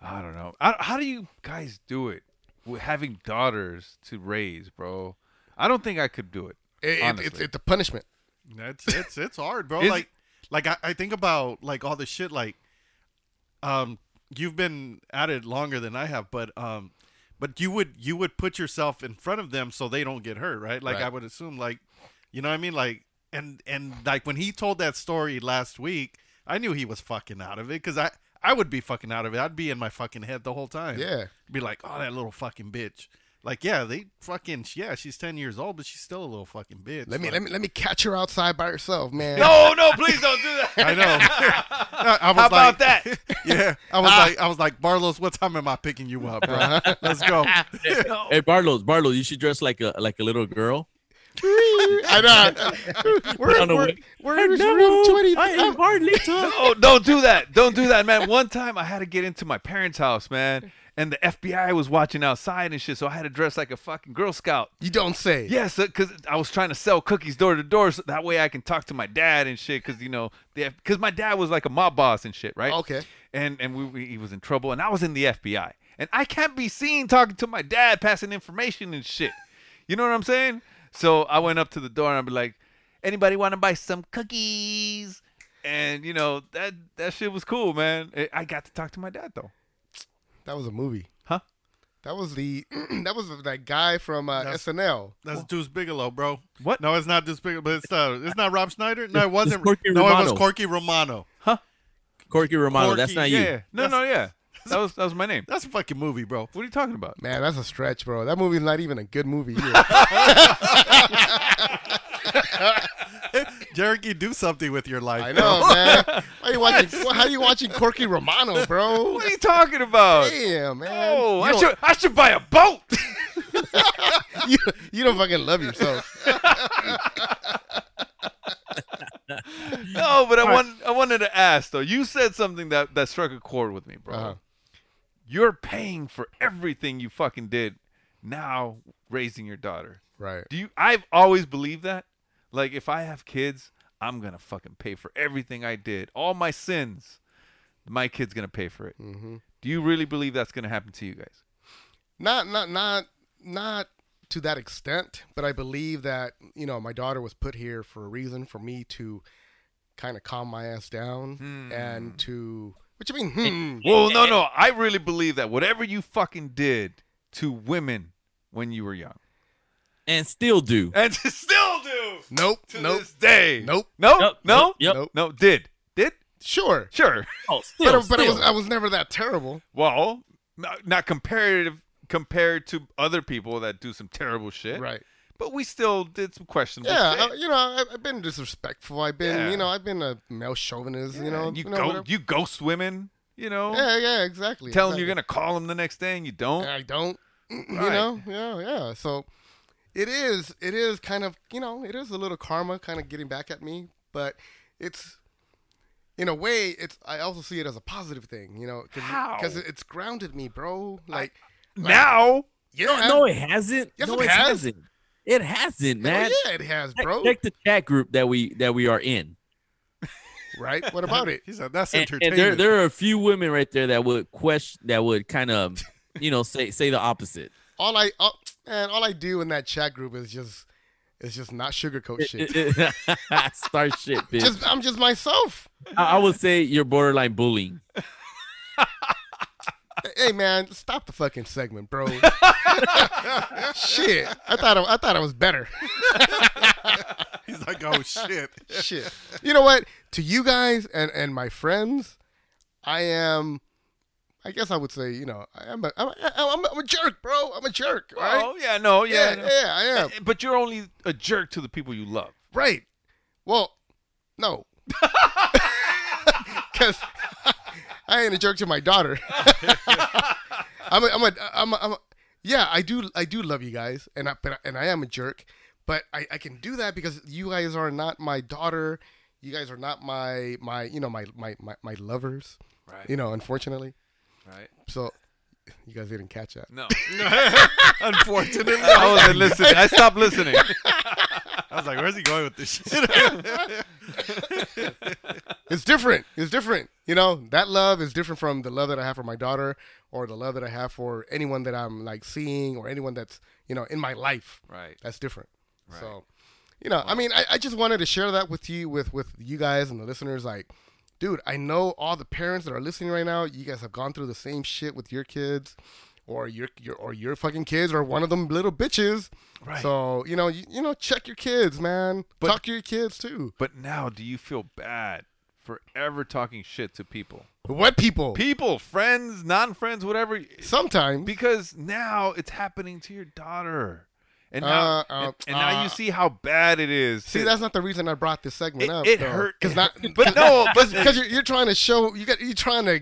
Speaker 8: I don't know. I, how do you guys do it? With having daughters to raise, bro. I don't think I could do it.
Speaker 5: It- it- it's- it's a punishment.
Speaker 6: That's it's it's hard, bro.
Speaker 8: Is-
Speaker 6: like like I, I think about like all the shit like um you've been at it longer than I have, but um but you would you would put yourself in front of them so they don't get hurt, right? Like
Speaker 8: Right.
Speaker 6: I would assume like you know what I mean? Like and and like when he told that story last week, I knew he was fucking out of it cuz I I would be fucking out of it. I'd be in my fucking head the whole time.
Speaker 5: Yeah.
Speaker 6: Be like, "Oh, that little fucking bitch." Like, yeah, they fucking yeah, she's 10 years old, but she's still a little fucking bitch.
Speaker 5: Let me
Speaker 6: Like-
Speaker 5: let me let me catch her outside by herself, man.
Speaker 6: No,
Speaker 8: no, please don't do that.
Speaker 6: I know. I- I was
Speaker 8: How about
Speaker 6: like-
Speaker 8: that?
Speaker 6: yeah, I was
Speaker 8: Ah.
Speaker 6: like, I was like, Barlos, what time am I picking you up, bro? Let's go.
Speaker 7: Hey Barlos, Barlos, you should dress like a like a little girl.
Speaker 5: I know.
Speaker 7: Put
Speaker 5: We're,
Speaker 7: on a
Speaker 5: we're,
Speaker 7: wig.
Speaker 5: we're in room 20. I'm
Speaker 7: hardly
Speaker 8: No, Oh, don't do that. Don't do that, man. One time I had to get into my parents' house, man, and the FBI was watching outside and shit, so I had to dress like a fucking Girl Scout.
Speaker 5: You don't say.
Speaker 8: Yes, because I was trying to sell cookies door to door, so that way I can talk to my dad and shit. Because you know, because my dad was like a mob boss and shit, right?
Speaker 5: Okay.
Speaker 8: And and we, we he was in trouble, and I was in the FBI, and I can't be seen talking to my dad, passing information and shit. You know what I'm saying? So I went up to the door and I'd be like, "Anybody want to buy some cookies?" And you know that that shit was cool, man. Eh, I- I got to talk to my dad though.
Speaker 5: That was a movie.
Speaker 8: Huh?
Speaker 5: That was the that was that guy from uh, SNL.
Speaker 6: That's Deuce Bigelow, bro.
Speaker 8: What?
Speaker 6: No, it's not Deuce Bigelow, but it's uh, it's not Rob Schneider. No,
Speaker 7: It's-
Speaker 6: it wasn't.
Speaker 7: it's Corky
Speaker 6: no, it was
Speaker 7: Romano.
Speaker 6: Corky Romano.
Speaker 7: Corky Romano, Oh, that's not
Speaker 6: Corky,
Speaker 7: you.
Speaker 8: Yeah. No, no, yeah. That was that was my name.
Speaker 6: That's a fucking movie, bro.
Speaker 8: What are you talking about?
Speaker 5: Man, that's a stretch, bro. That movie's not even a good movie. Either.
Speaker 6: Jericho, do something with your life.
Speaker 5: I
Speaker 6: bro.
Speaker 5: know, man. Why are you watching? How are you watching Corky Romano, bro?
Speaker 8: What are you talking about?
Speaker 5: Damn, man.
Speaker 8: Oh,
Speaker 5: You
Speaker 8: I
Speaker 5: don't-
Speaker 8: should I should buy a boat.
Speaker 5: you, you don't fucking love yourself.
Speaker 8: No, but I
Speaker 5: Alright.
Speaker 8: want I wanted to ask though. You said something that that struck a chord with me, bro.
Speaker 5: Uh-huh.
Speaker 8: You're paying for everything you fucking did now raising your daughter.
Speaker 5: Right.
Speaker 8: Do you I've always believed that. Like if I have kids, I'm going to fucking pay for everything I did, all my sins. my kid's gonna pay for it. Do you really believe that's gonna happen to you guys?
Speaker 5: not not not not to that extent but i believe that you know my daughter was put here for a reason for me to kind of calm my ass down
Speaker 8: Hmm.
Speaker 5: and to what you mean hmm.
Speaker 8: Well, no, no. I really believe that whatever you fucking did to women when you were young,
Speaker 7: and still do,
Speaker 8: and still do.
Speaker 5: Nope.
Speaker 8: To this day. Nope. Nope. Nope. Nope. Nope. No. Did. Did.
Speaker 5: Sure.
Speaker 8: Sure.
Speaker 7: Oh,
Speaker 5: but, uh, but I was i was never that terrible
Speaker 8: Well, not, not comparative compared to other people that do some terrible shit.
Speaker 5: Right.
Speaker 8: But we still did some questionable
Speaker 5: yeah
Speaker 8: shit.
Speaker 5: I- you know I, i've been disrespectful i've been
Speaker 8: Yeah.
Speaker 5: you know i've been a male chauvinist you know
Speaker 8: you
Speaker 5: know,
Speaker 8: go,
Speaker 5: whatever.
Speaker 8: you ghost women. You know.
Speaker 5: yeah yeah exactly
Speaker 8: Tell them
Speaker 5: exactly.
Speaker 8: you're gonna call them the next day, and you don't.
Speaker 5: I don't. you
Speaker 8: Right.
Speaker 5: know yeah yeah so it is it is kind of you know it is a little karma kind of getting back at me but it's in a way it's i also see it as a positive thing you know
Speaker 8: How?
Speaker 5: because it's grounded me bro like
Speaker 8: now
Speaker 5: you
Speaker 7: No, no, it hasn't.
Speaker 5: uh, Yes,
Speaker 7: no,
Speaker 5: it
Speaker 7: it,
Speaker 5: has.
Speaker 7: hasn't. It hasn't, man.
Speaker 5: Oh, yeah it has
Speaker 7: Check-
Speaker 5: bro
Speaker 7: Check the chat group that we that we are in.
Speaker 5: right what about it
Speaker 6: He said that's
Speaker 7: And, and
Speaker 6: entertainment.
Speaker 7: there there are a few women right there that would question that would kind of you know say say the opposite.
Speaker 5: all i all, man all i do in that chat group is just is just not sugarcoat shit
Speaker 7: Start shit, bitch.
Speaker 5: just i'm just myself
Speaker 7: I, I would say you're borderline bullying.
Speaker 5: Hey man, stop the fucking segment, bro. shit, I thought I, I thought I was better.
Speaker 6: He's like, oh shit,
Speaker 5: shit. You know what? To you guys and and my friends, I am. I guess I would say, you know, I am a, I'm, a, I'm, a, I'm a jerk, bro. I'm a jerk. all Right?
Speaker 8: Oh yeah, no, yeah,
Speaker 5: yeah,
Speaker 8: no.
Speaker 5: yeah, I am.
Speaker 8: Eh, But you're only a jerk to the people you love.
Speaker 5: Right. Well, no. Because I ain't a jerk to my daughter. I'm a, I'm a, I'm a, I'm a, yeah, I do, I do love you guys, and I, but, I- and I am a jerk, but I, I can do that because you guys are not my daughter. You guys are not my, my, you know, my, my, my, my lovers.
Speaker 8: Right.
Speaker 5: You know, unfortunately.
Speaker 8: Right.
Speaker 5: So, you guys didn't catch that.
Speaker 8: No.
Speaker 6: Unfortunately,
Speaker 8: I wasn't listening. I stopped listening.
Speaker 6: I was like, "Where's he going with this shit?"
Speaker 5: it's different. It's different. You know, that love is different from the love that I have for my daughter or the love that I have for anyone that I'm like seeing or anyone that's, you know, in my life.
Speaker 8: Right.
Speaker 5: That's different.
Speaker 8: Right.
Speaker 5: So, you know, I mean, I, I just wanted to share that with you, with, with you guys and the listeners. Like, dude, I know all the parents that are listening right now, you guys have gone through the same shit with your kids or your, your or your fucking kids or one of them little bitches.
Speaker 8: Right.
Speaker 5: So, you know, you, you know, check your kids, man. Talk to your kids too.
Speaker 8: But now, do you feel bad for ever talking shit to people?
Speaker 5: What people?
Speaker 8: People, friends, non-friends, whatever.
Speaker 5: Sometimes.
Speaker 8: Because now it's happening to your daughter, and
Speaker 5: Uh,
Speaker 8: now,
Speaker 5: uh,
Speaker 8: and, and now
Speaker 5: uh.
Speaker 8: you see how bad it is.
Speaker 5: See,
Speaker 8: to-
Speaker 5: that's not the reason I brought this segment
Speaker 8: It-
Speaker 5: up.
Speaker 8: it
Speaker 5: though.
Speaker 8: hurt.
Speaker 5: 'Cause not,
Speaker 8: But no, but-
Speaker 5: because you're, you're trying to show you got you're trying to,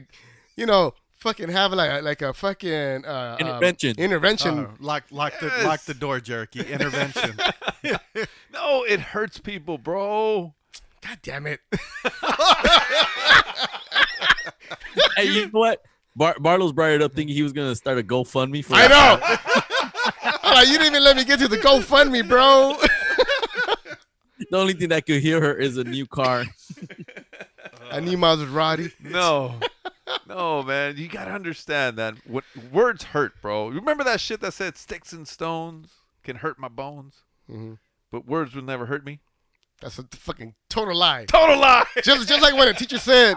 Speaker 5: you know, fucking have like a, like a fucking uh, um,
Speaker 7: Intervention. Uh-huh.
Speaker 5: intervention.
Speaker 6: Uh, lock, lock
Speaker 8: Yes.
Speaker 6: the lock the door, Jerky. Intervention.
Speaker 8: no, it hurts people, bro.
Speaker 5: God damn it!
Speaker 7: Hey, you know what? Bar- Barlow's brought it up thinking he was gonna start a GoFundMe for.
Speaker 5: I know. I'm like, you didn't even let me get to the GoFundMe, bro.
Speaker 7: The only thing that could hear her is a new car.
Speaker 5: I need Maserati.
Speaker 8: No. No, man, you gotta understand that what words hurt, bro. You Remember that shit that said sticks and stones can hurt my bones,
Speaker 6: Mm-hmm.
Speaker 5: Mhm.
Speaker 8: but words will never hurt me.
Speaker 5: That's a fucking total lie.
Speaker 8: Total lie.
Speaker 5: Just just like when a teacher said,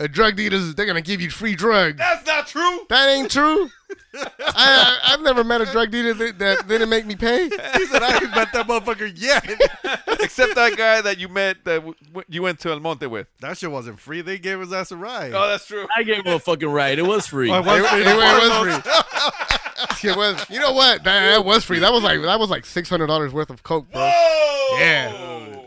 Speaker 5: a drug dealers they're gonna give you free drugs.
Speaker 8: That's not true.
Speaker 5: That ain't true. I, I I've never met a drug dealer that, that didn't make me pay.
Speaker 6: he said, "I ain't met that motherfucker yet."
Speaker 8: Except that guy that you met that w- w- you went to El Monte with.
Speaker 6: that shit wasn't free. They gave his ass a ride.
Speaker 8: Oh, that's true.
Speaker 7: I gave him a fucking ride. It was free.
Speaker 6: Well, it was free.
Speaker 5: It, was free. It was. You know what? That, that was free. That was like that was like six hundred dollars worth of coke, bro.
Speaker 8: Whoa!
Speaker 5: Yeah.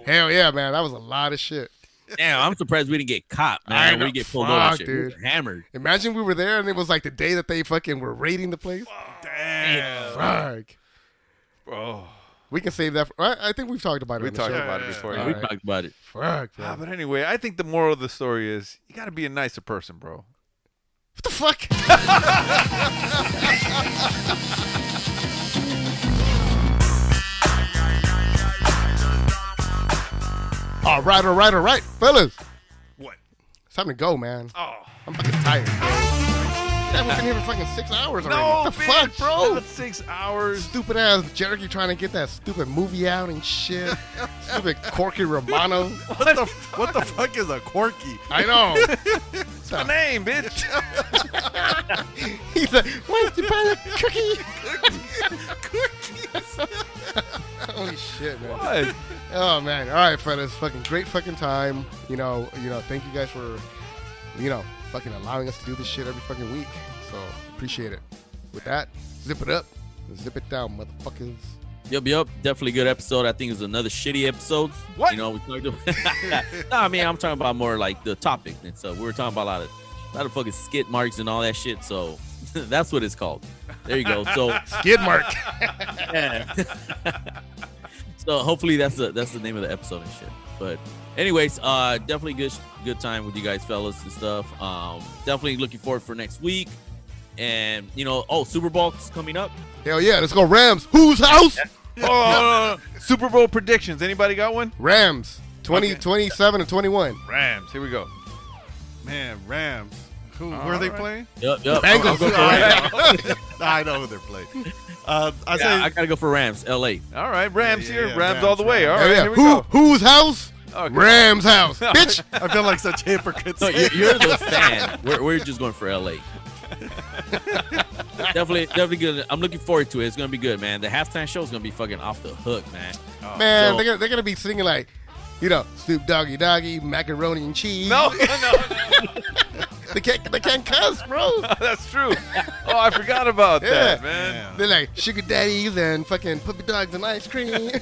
Speaker 5: Hell yeah, man. That was a lot of shit.
Speaker 7: Damn, I'm surprised we didn't get caught,
Speaker 5: I
Speaker 7: man.
Speaker 5: know.
Speaker 7: We get pulled
Speaker 5: Fuck,
Speaker 7: over, shit. We
Speaker 5: dude.
Speaker 7: were hammered.
Speaker 5: Imagine we were there and it was like the day that they fucking were raiding the place.
Speaker 6: Damn.
Speaker 5: Fuck.
Speaker 8: bro.
Speaker 5: We can save that. For, I, I think we've talked about it.
Speaker 8: We
Speaker 5: on the
Speaker 8: talked
Speaker 5: show.
Speaker 8: about
Speaker 6: Yeah.
Speaker 8: it before.
Speaker 7: Yeah,
Speaker 8: yeah.
Speaker 7: we
Speaker 5: Alright.
Speaker 7: talked about it.
Speaker 5: Fuck.
Speaker 8: Ah,
Speaker 5: bro. What
Speaker 8: but anyway, I think the moral of the story is you gotta be a nicer person, bro.
Speaker 5: the fuck? all right, all right, all right, fellas.
Speaker 6: What?
Speaker 5: It's time to go, man. Oh, I'm fucking tired. Bro. Yeah, we've been here for fucking six hours already.
Speaker 8: No,
Speaker 5: what the fuck,
Speaker 8: bitch,
Speaker 5: bro?
Speaker 8: not six hours.
Speaker 5: Stupid ass Jericho trying to get that stupid movie out and shit. stupid Corky Romano.
Speaker 6: What the what the fuck is a Corky?
Speaker 5: I know.
Speaker 8: It's my name, bitch.
Speaker 5: He's like, why did you buy the cookie? Holy shit, man.
Speaker 8: What?
Speaker 5: Oh man. All right, fellas. Fucking great fucking time. You know, you know, thank you guys for you know, fucking allowing us to do this shit every fucking week. So appreciate it. With that, zip it up. Zip it down, motherfuckers.
Speaker 7: Yup, yup. Definitely good episode. I think it was another shitty episode. What? You know, we talked about. no, I mean, I'm talking about more like the topic and stuff. We were talking about a lot of, a lot of fucking skid marks and all that shit. So that's what it's called. There you go. So
Speaker 5: skid mark.
Speaker 7: Yeah. so hopefully that's the that's the name of the episode and shit. But anyways, uh, definitely good good time with you guys, fellas and stuff. Um, definitely looking forward for next week. And you know, oh, Super Bowl is coming up.
Speaker 5: Hell yeah, let's go Rams. Whose house?
Speaker 8: Oh, Super Bowl predictions. Anybody got one?
Speaker 5: Rams. 20, 27 and 21.
Speaker 8: Rams. Here we go.
Speaker 6: Man, Rams. Who where are they
Speaker 8: Alright.
Speaker 6: playing?
Speaker 7: Yup, yup.
Speaker 6: Bengals.
Speaker 7: I'll go for
Speaker 6: I
Speaker 7: Rams.
Speaker 6: know. I know who they're playing. Uh, I
Speaker 7: I,
Speaker 6: say
Speaker 7: I gotta go for Rams, LA.
Speaker 8: All right, Rams
Speaker 6: Yeah,
Speaker 8: here.
Speaker 6: yeah,
Speaker 8: Rams,
Speaker 6: Rams,
Speaker 8: all the way. All
Speaker 5: Hell
Speaker 8: right,
Speaker 5: yeah.
Speaker 8: here we
Speaker 5: Who,
Speaker 8: go. Oh,
Speaker 5: whose house?
Speaker 8: Okay.
Speaker 5: Rams house. Bitch.
Speaker 6: I feel like such hypocrites.
Speaker 7: No, you're, you're the fan. We're, we're just going for LA. definitely, definitely good. I'm looking forward to it. It's gonna be good, man. The halftime show is gonna be fucking off the hook, man.
Speaker 5: Man,
Speaker 7: So-
Speaker 5: they're, gonna, they're gonna be singing like, you know, Snoop Doggy Doggy, macaroni and cheese.
Speaker 8: No, no,
Speaker 5: they can't, they can't cuss, bro.
Speaker 8: that's true. Oh, I forgot about that,
Speaker 5: Yeah.
Speaker 8: man.
Speaker 5: They're like sugar daddies and fucking puppy dogs and ice cream.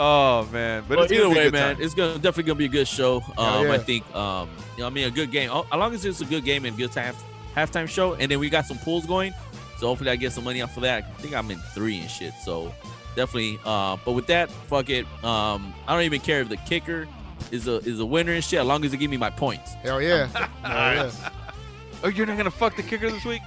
Speaker 8: Oh man, but
Speaker 7: But
Speaker 8: it's
Speaker 7: either
Speaker 8: gonna be a
Speaker 7: way,
Speaker 8: good
Speaker 7: man,
Speaker 8: time.
Speaker 7: it's gonna definitely gonna be a good show. Um,
Speaker 5: yeah.
Speaker 7: I think, um, you know, I mean, a good game. Oh, as long as it's a good game and good time halftime show, and then we got some pools going. So hopefully, I get some money off of that. I think I'm in three and shit. So definitely. Uh, but with that, fuck it. Um, I don't even care if the kicker is a is a winner and shit. As long as it give me my points.
Speaker 5: Hell yeah. Hell yeah.
Speaker 8: Oh, you're not gonna fuck the kicker this week?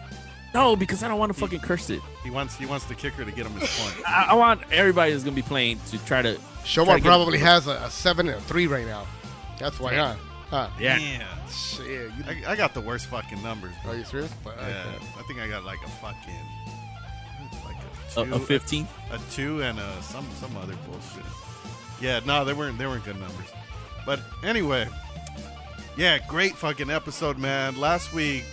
Speaker 7: No, because I don't want to fucking curse it.
Speaker 6: He wants he wants the kicker to get him his point.
Speaker 7: I, I want everybody that's gonna be playing to try to. try
Speaker 5: Shomar
Speaker 7: to get-
Speaker 5: probably has a, a seven and a three right now. That's why, huh?
Speaker 7: Damn.
Speaker 5: Huh?
Speaker 7: Yeah.
Speaker 6: Yeah.
Speaker 5: Shit, you-
Speaker 6: I, I got the worst fucking numbers.
Speaker 5: Are you serious? uh, Fuck.
Speaker 6: Yeah, I think I got like a fucking like
Speaker 7: A-
Speaker 6: a
Speaker 7: a
Speaker 6: two,
Speaker 7: 15?
Speaker 6: a, two, and a some some other bullshit. Yeah, no, they weren't they weren't good numbers. But anyway, yeah, great fucking episode, man. Last week,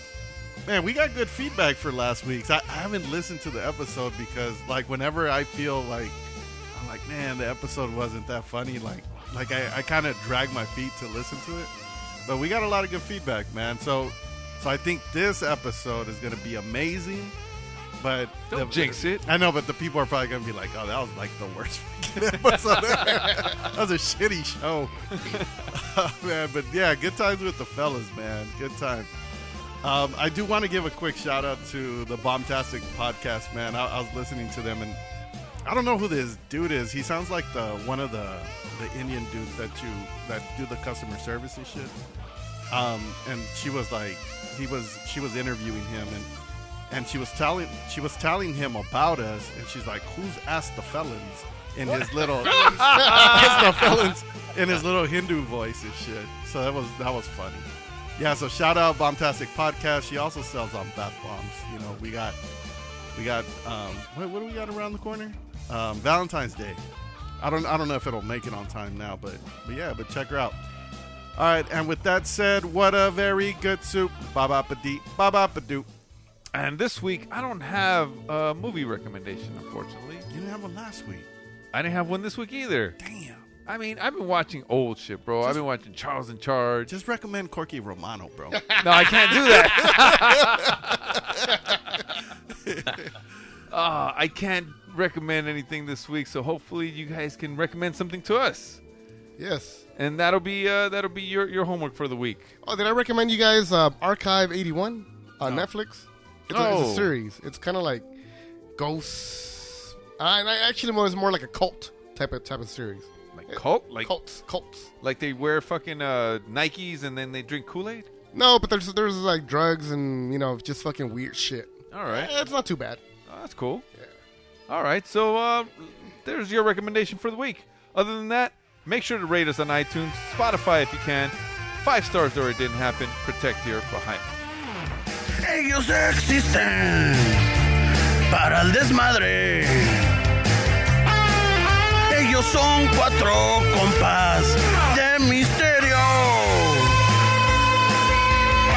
Speaker 6: man, we got good feedback for last week's. I, I haven't listened to the episode because like whenever I feel like I'm like, man, the episode wasn't that funny. Like, like I, I kind of drag my feet to listen to it. But we got a lot of good feedback, man. So, so I think this episode is gonna be amazing. But
Speaker 8: Don't jinx it.
Speaker 6: I know, but the people are probably gonna be like, "Oh, that was like the worst fucking episode. ever. that was a shitty show, Oh, man." But yeah, good times with the fellas, man. Good times. Um, I do want to give a quick shout out to the Bombtastic podcast, man. I, I was listening to them, and I don't know who this dude is. He sounds like the one of the the Indian dudes that you that do the customer service and shit. Um, and she was like, he was she was interviewing him, and and she was telling she was telling him about us, and she's like, "Who's asked the felons?" In his little, asked the felons in his little Hindu voice and shit. So that was that was funny. Yeah, so shout out Bombtastic Podcast. She also sells on bath bombs. You know, we got we got um what, what do we got around the corner? Um, Valentine's Day. I don't I don't know if it'll make it on time now, but but yeah, but check her out. All right, and with that said, what a very good soup. Ba ba ba dee, ba ba ba doo.
Speaker 8: And this week, I don't have a movie recommendation, unfortunately.
Speaker 6: You didn't have one last week.
Speaker 8: I didn't have one this week either.
Speaker 6: Damn.
Speaker 8: I mean, I've been watching old shit, bro. I've been watching Charles in Charge.
Speaker 6: Just recommend Corky Romano, bro.
Speaker 8: No, I can't do that. Ah, I can't recommend anything this week, so hopefully you guys can recommend something to us,
Speaker 5: Yes.
Speaker 8: and that'll be uh, that'll be your, your homework for the week.
Speaker 5: Oh, did I recommend you guys um, Archive 81 on Netflix? It's, a, it's
Speaker 8: Oh.
Speaker 5: a series. It's kind of like ghosts. I, and I actually was more like a cult type of type of series.
Speaker 8: Like cult, like
Speaker 5: cults, cults.
Speaker 8: like they wear fucking uh, Nikes and then they drink Kool Aid.
Speaker 5: No, but there's there's like drugs and you know just fucking weird shit.
Speaker 8: All right,
Speaker 5: Eh, It's not too bad.
Speaker 8: Oh, that's cool. All right, so uh, there's your recommendation for the week. Other than that, make sure to rate us on iTunes, Spotify if you can,
Speaker 15: Five stars or it didn't happen. Protect your behind.
Speaker 8: Ellos existen para el desmadre. Ellos son cuatro compas de misterio.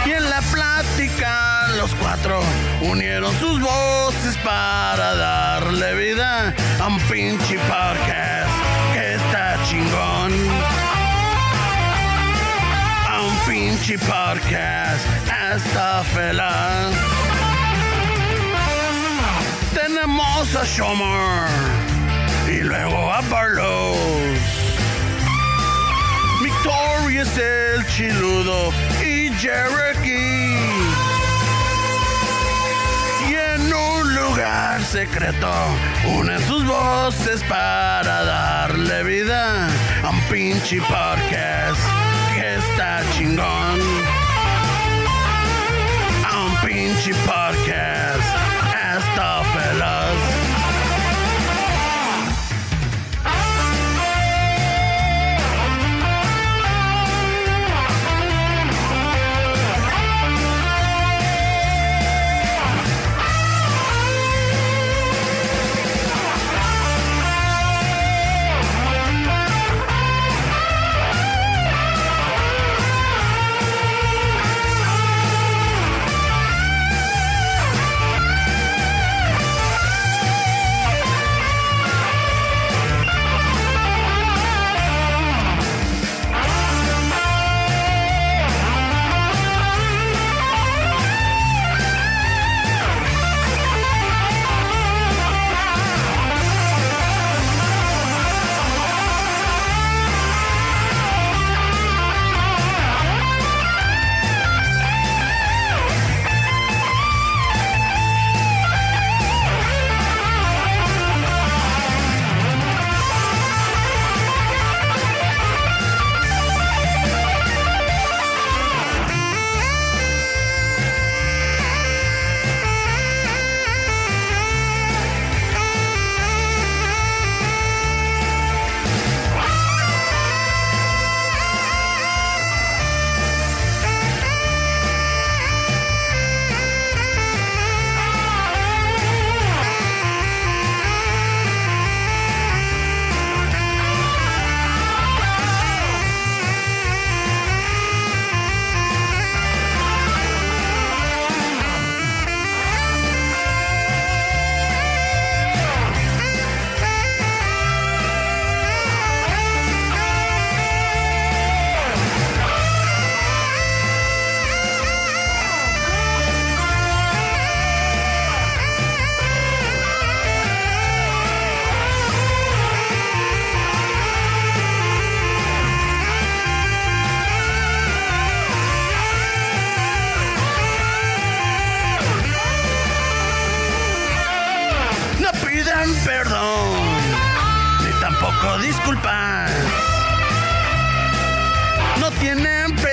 Speaker 8: Y en la plática los cuatro unieron sus voces para darle vida a un pinche podcast que está chingón. A un pinche podcast está feliz. Tenemos a Shomer y luego a Barlows. Victoria es el chiludo y Cherokee. Y en un lugar secreto unen sus voces para darle vida a un pinche podcast que está chingón. A un pinche podcast está feroz. No pidan perdón, ni tampoco disculpas. No tienen perdón.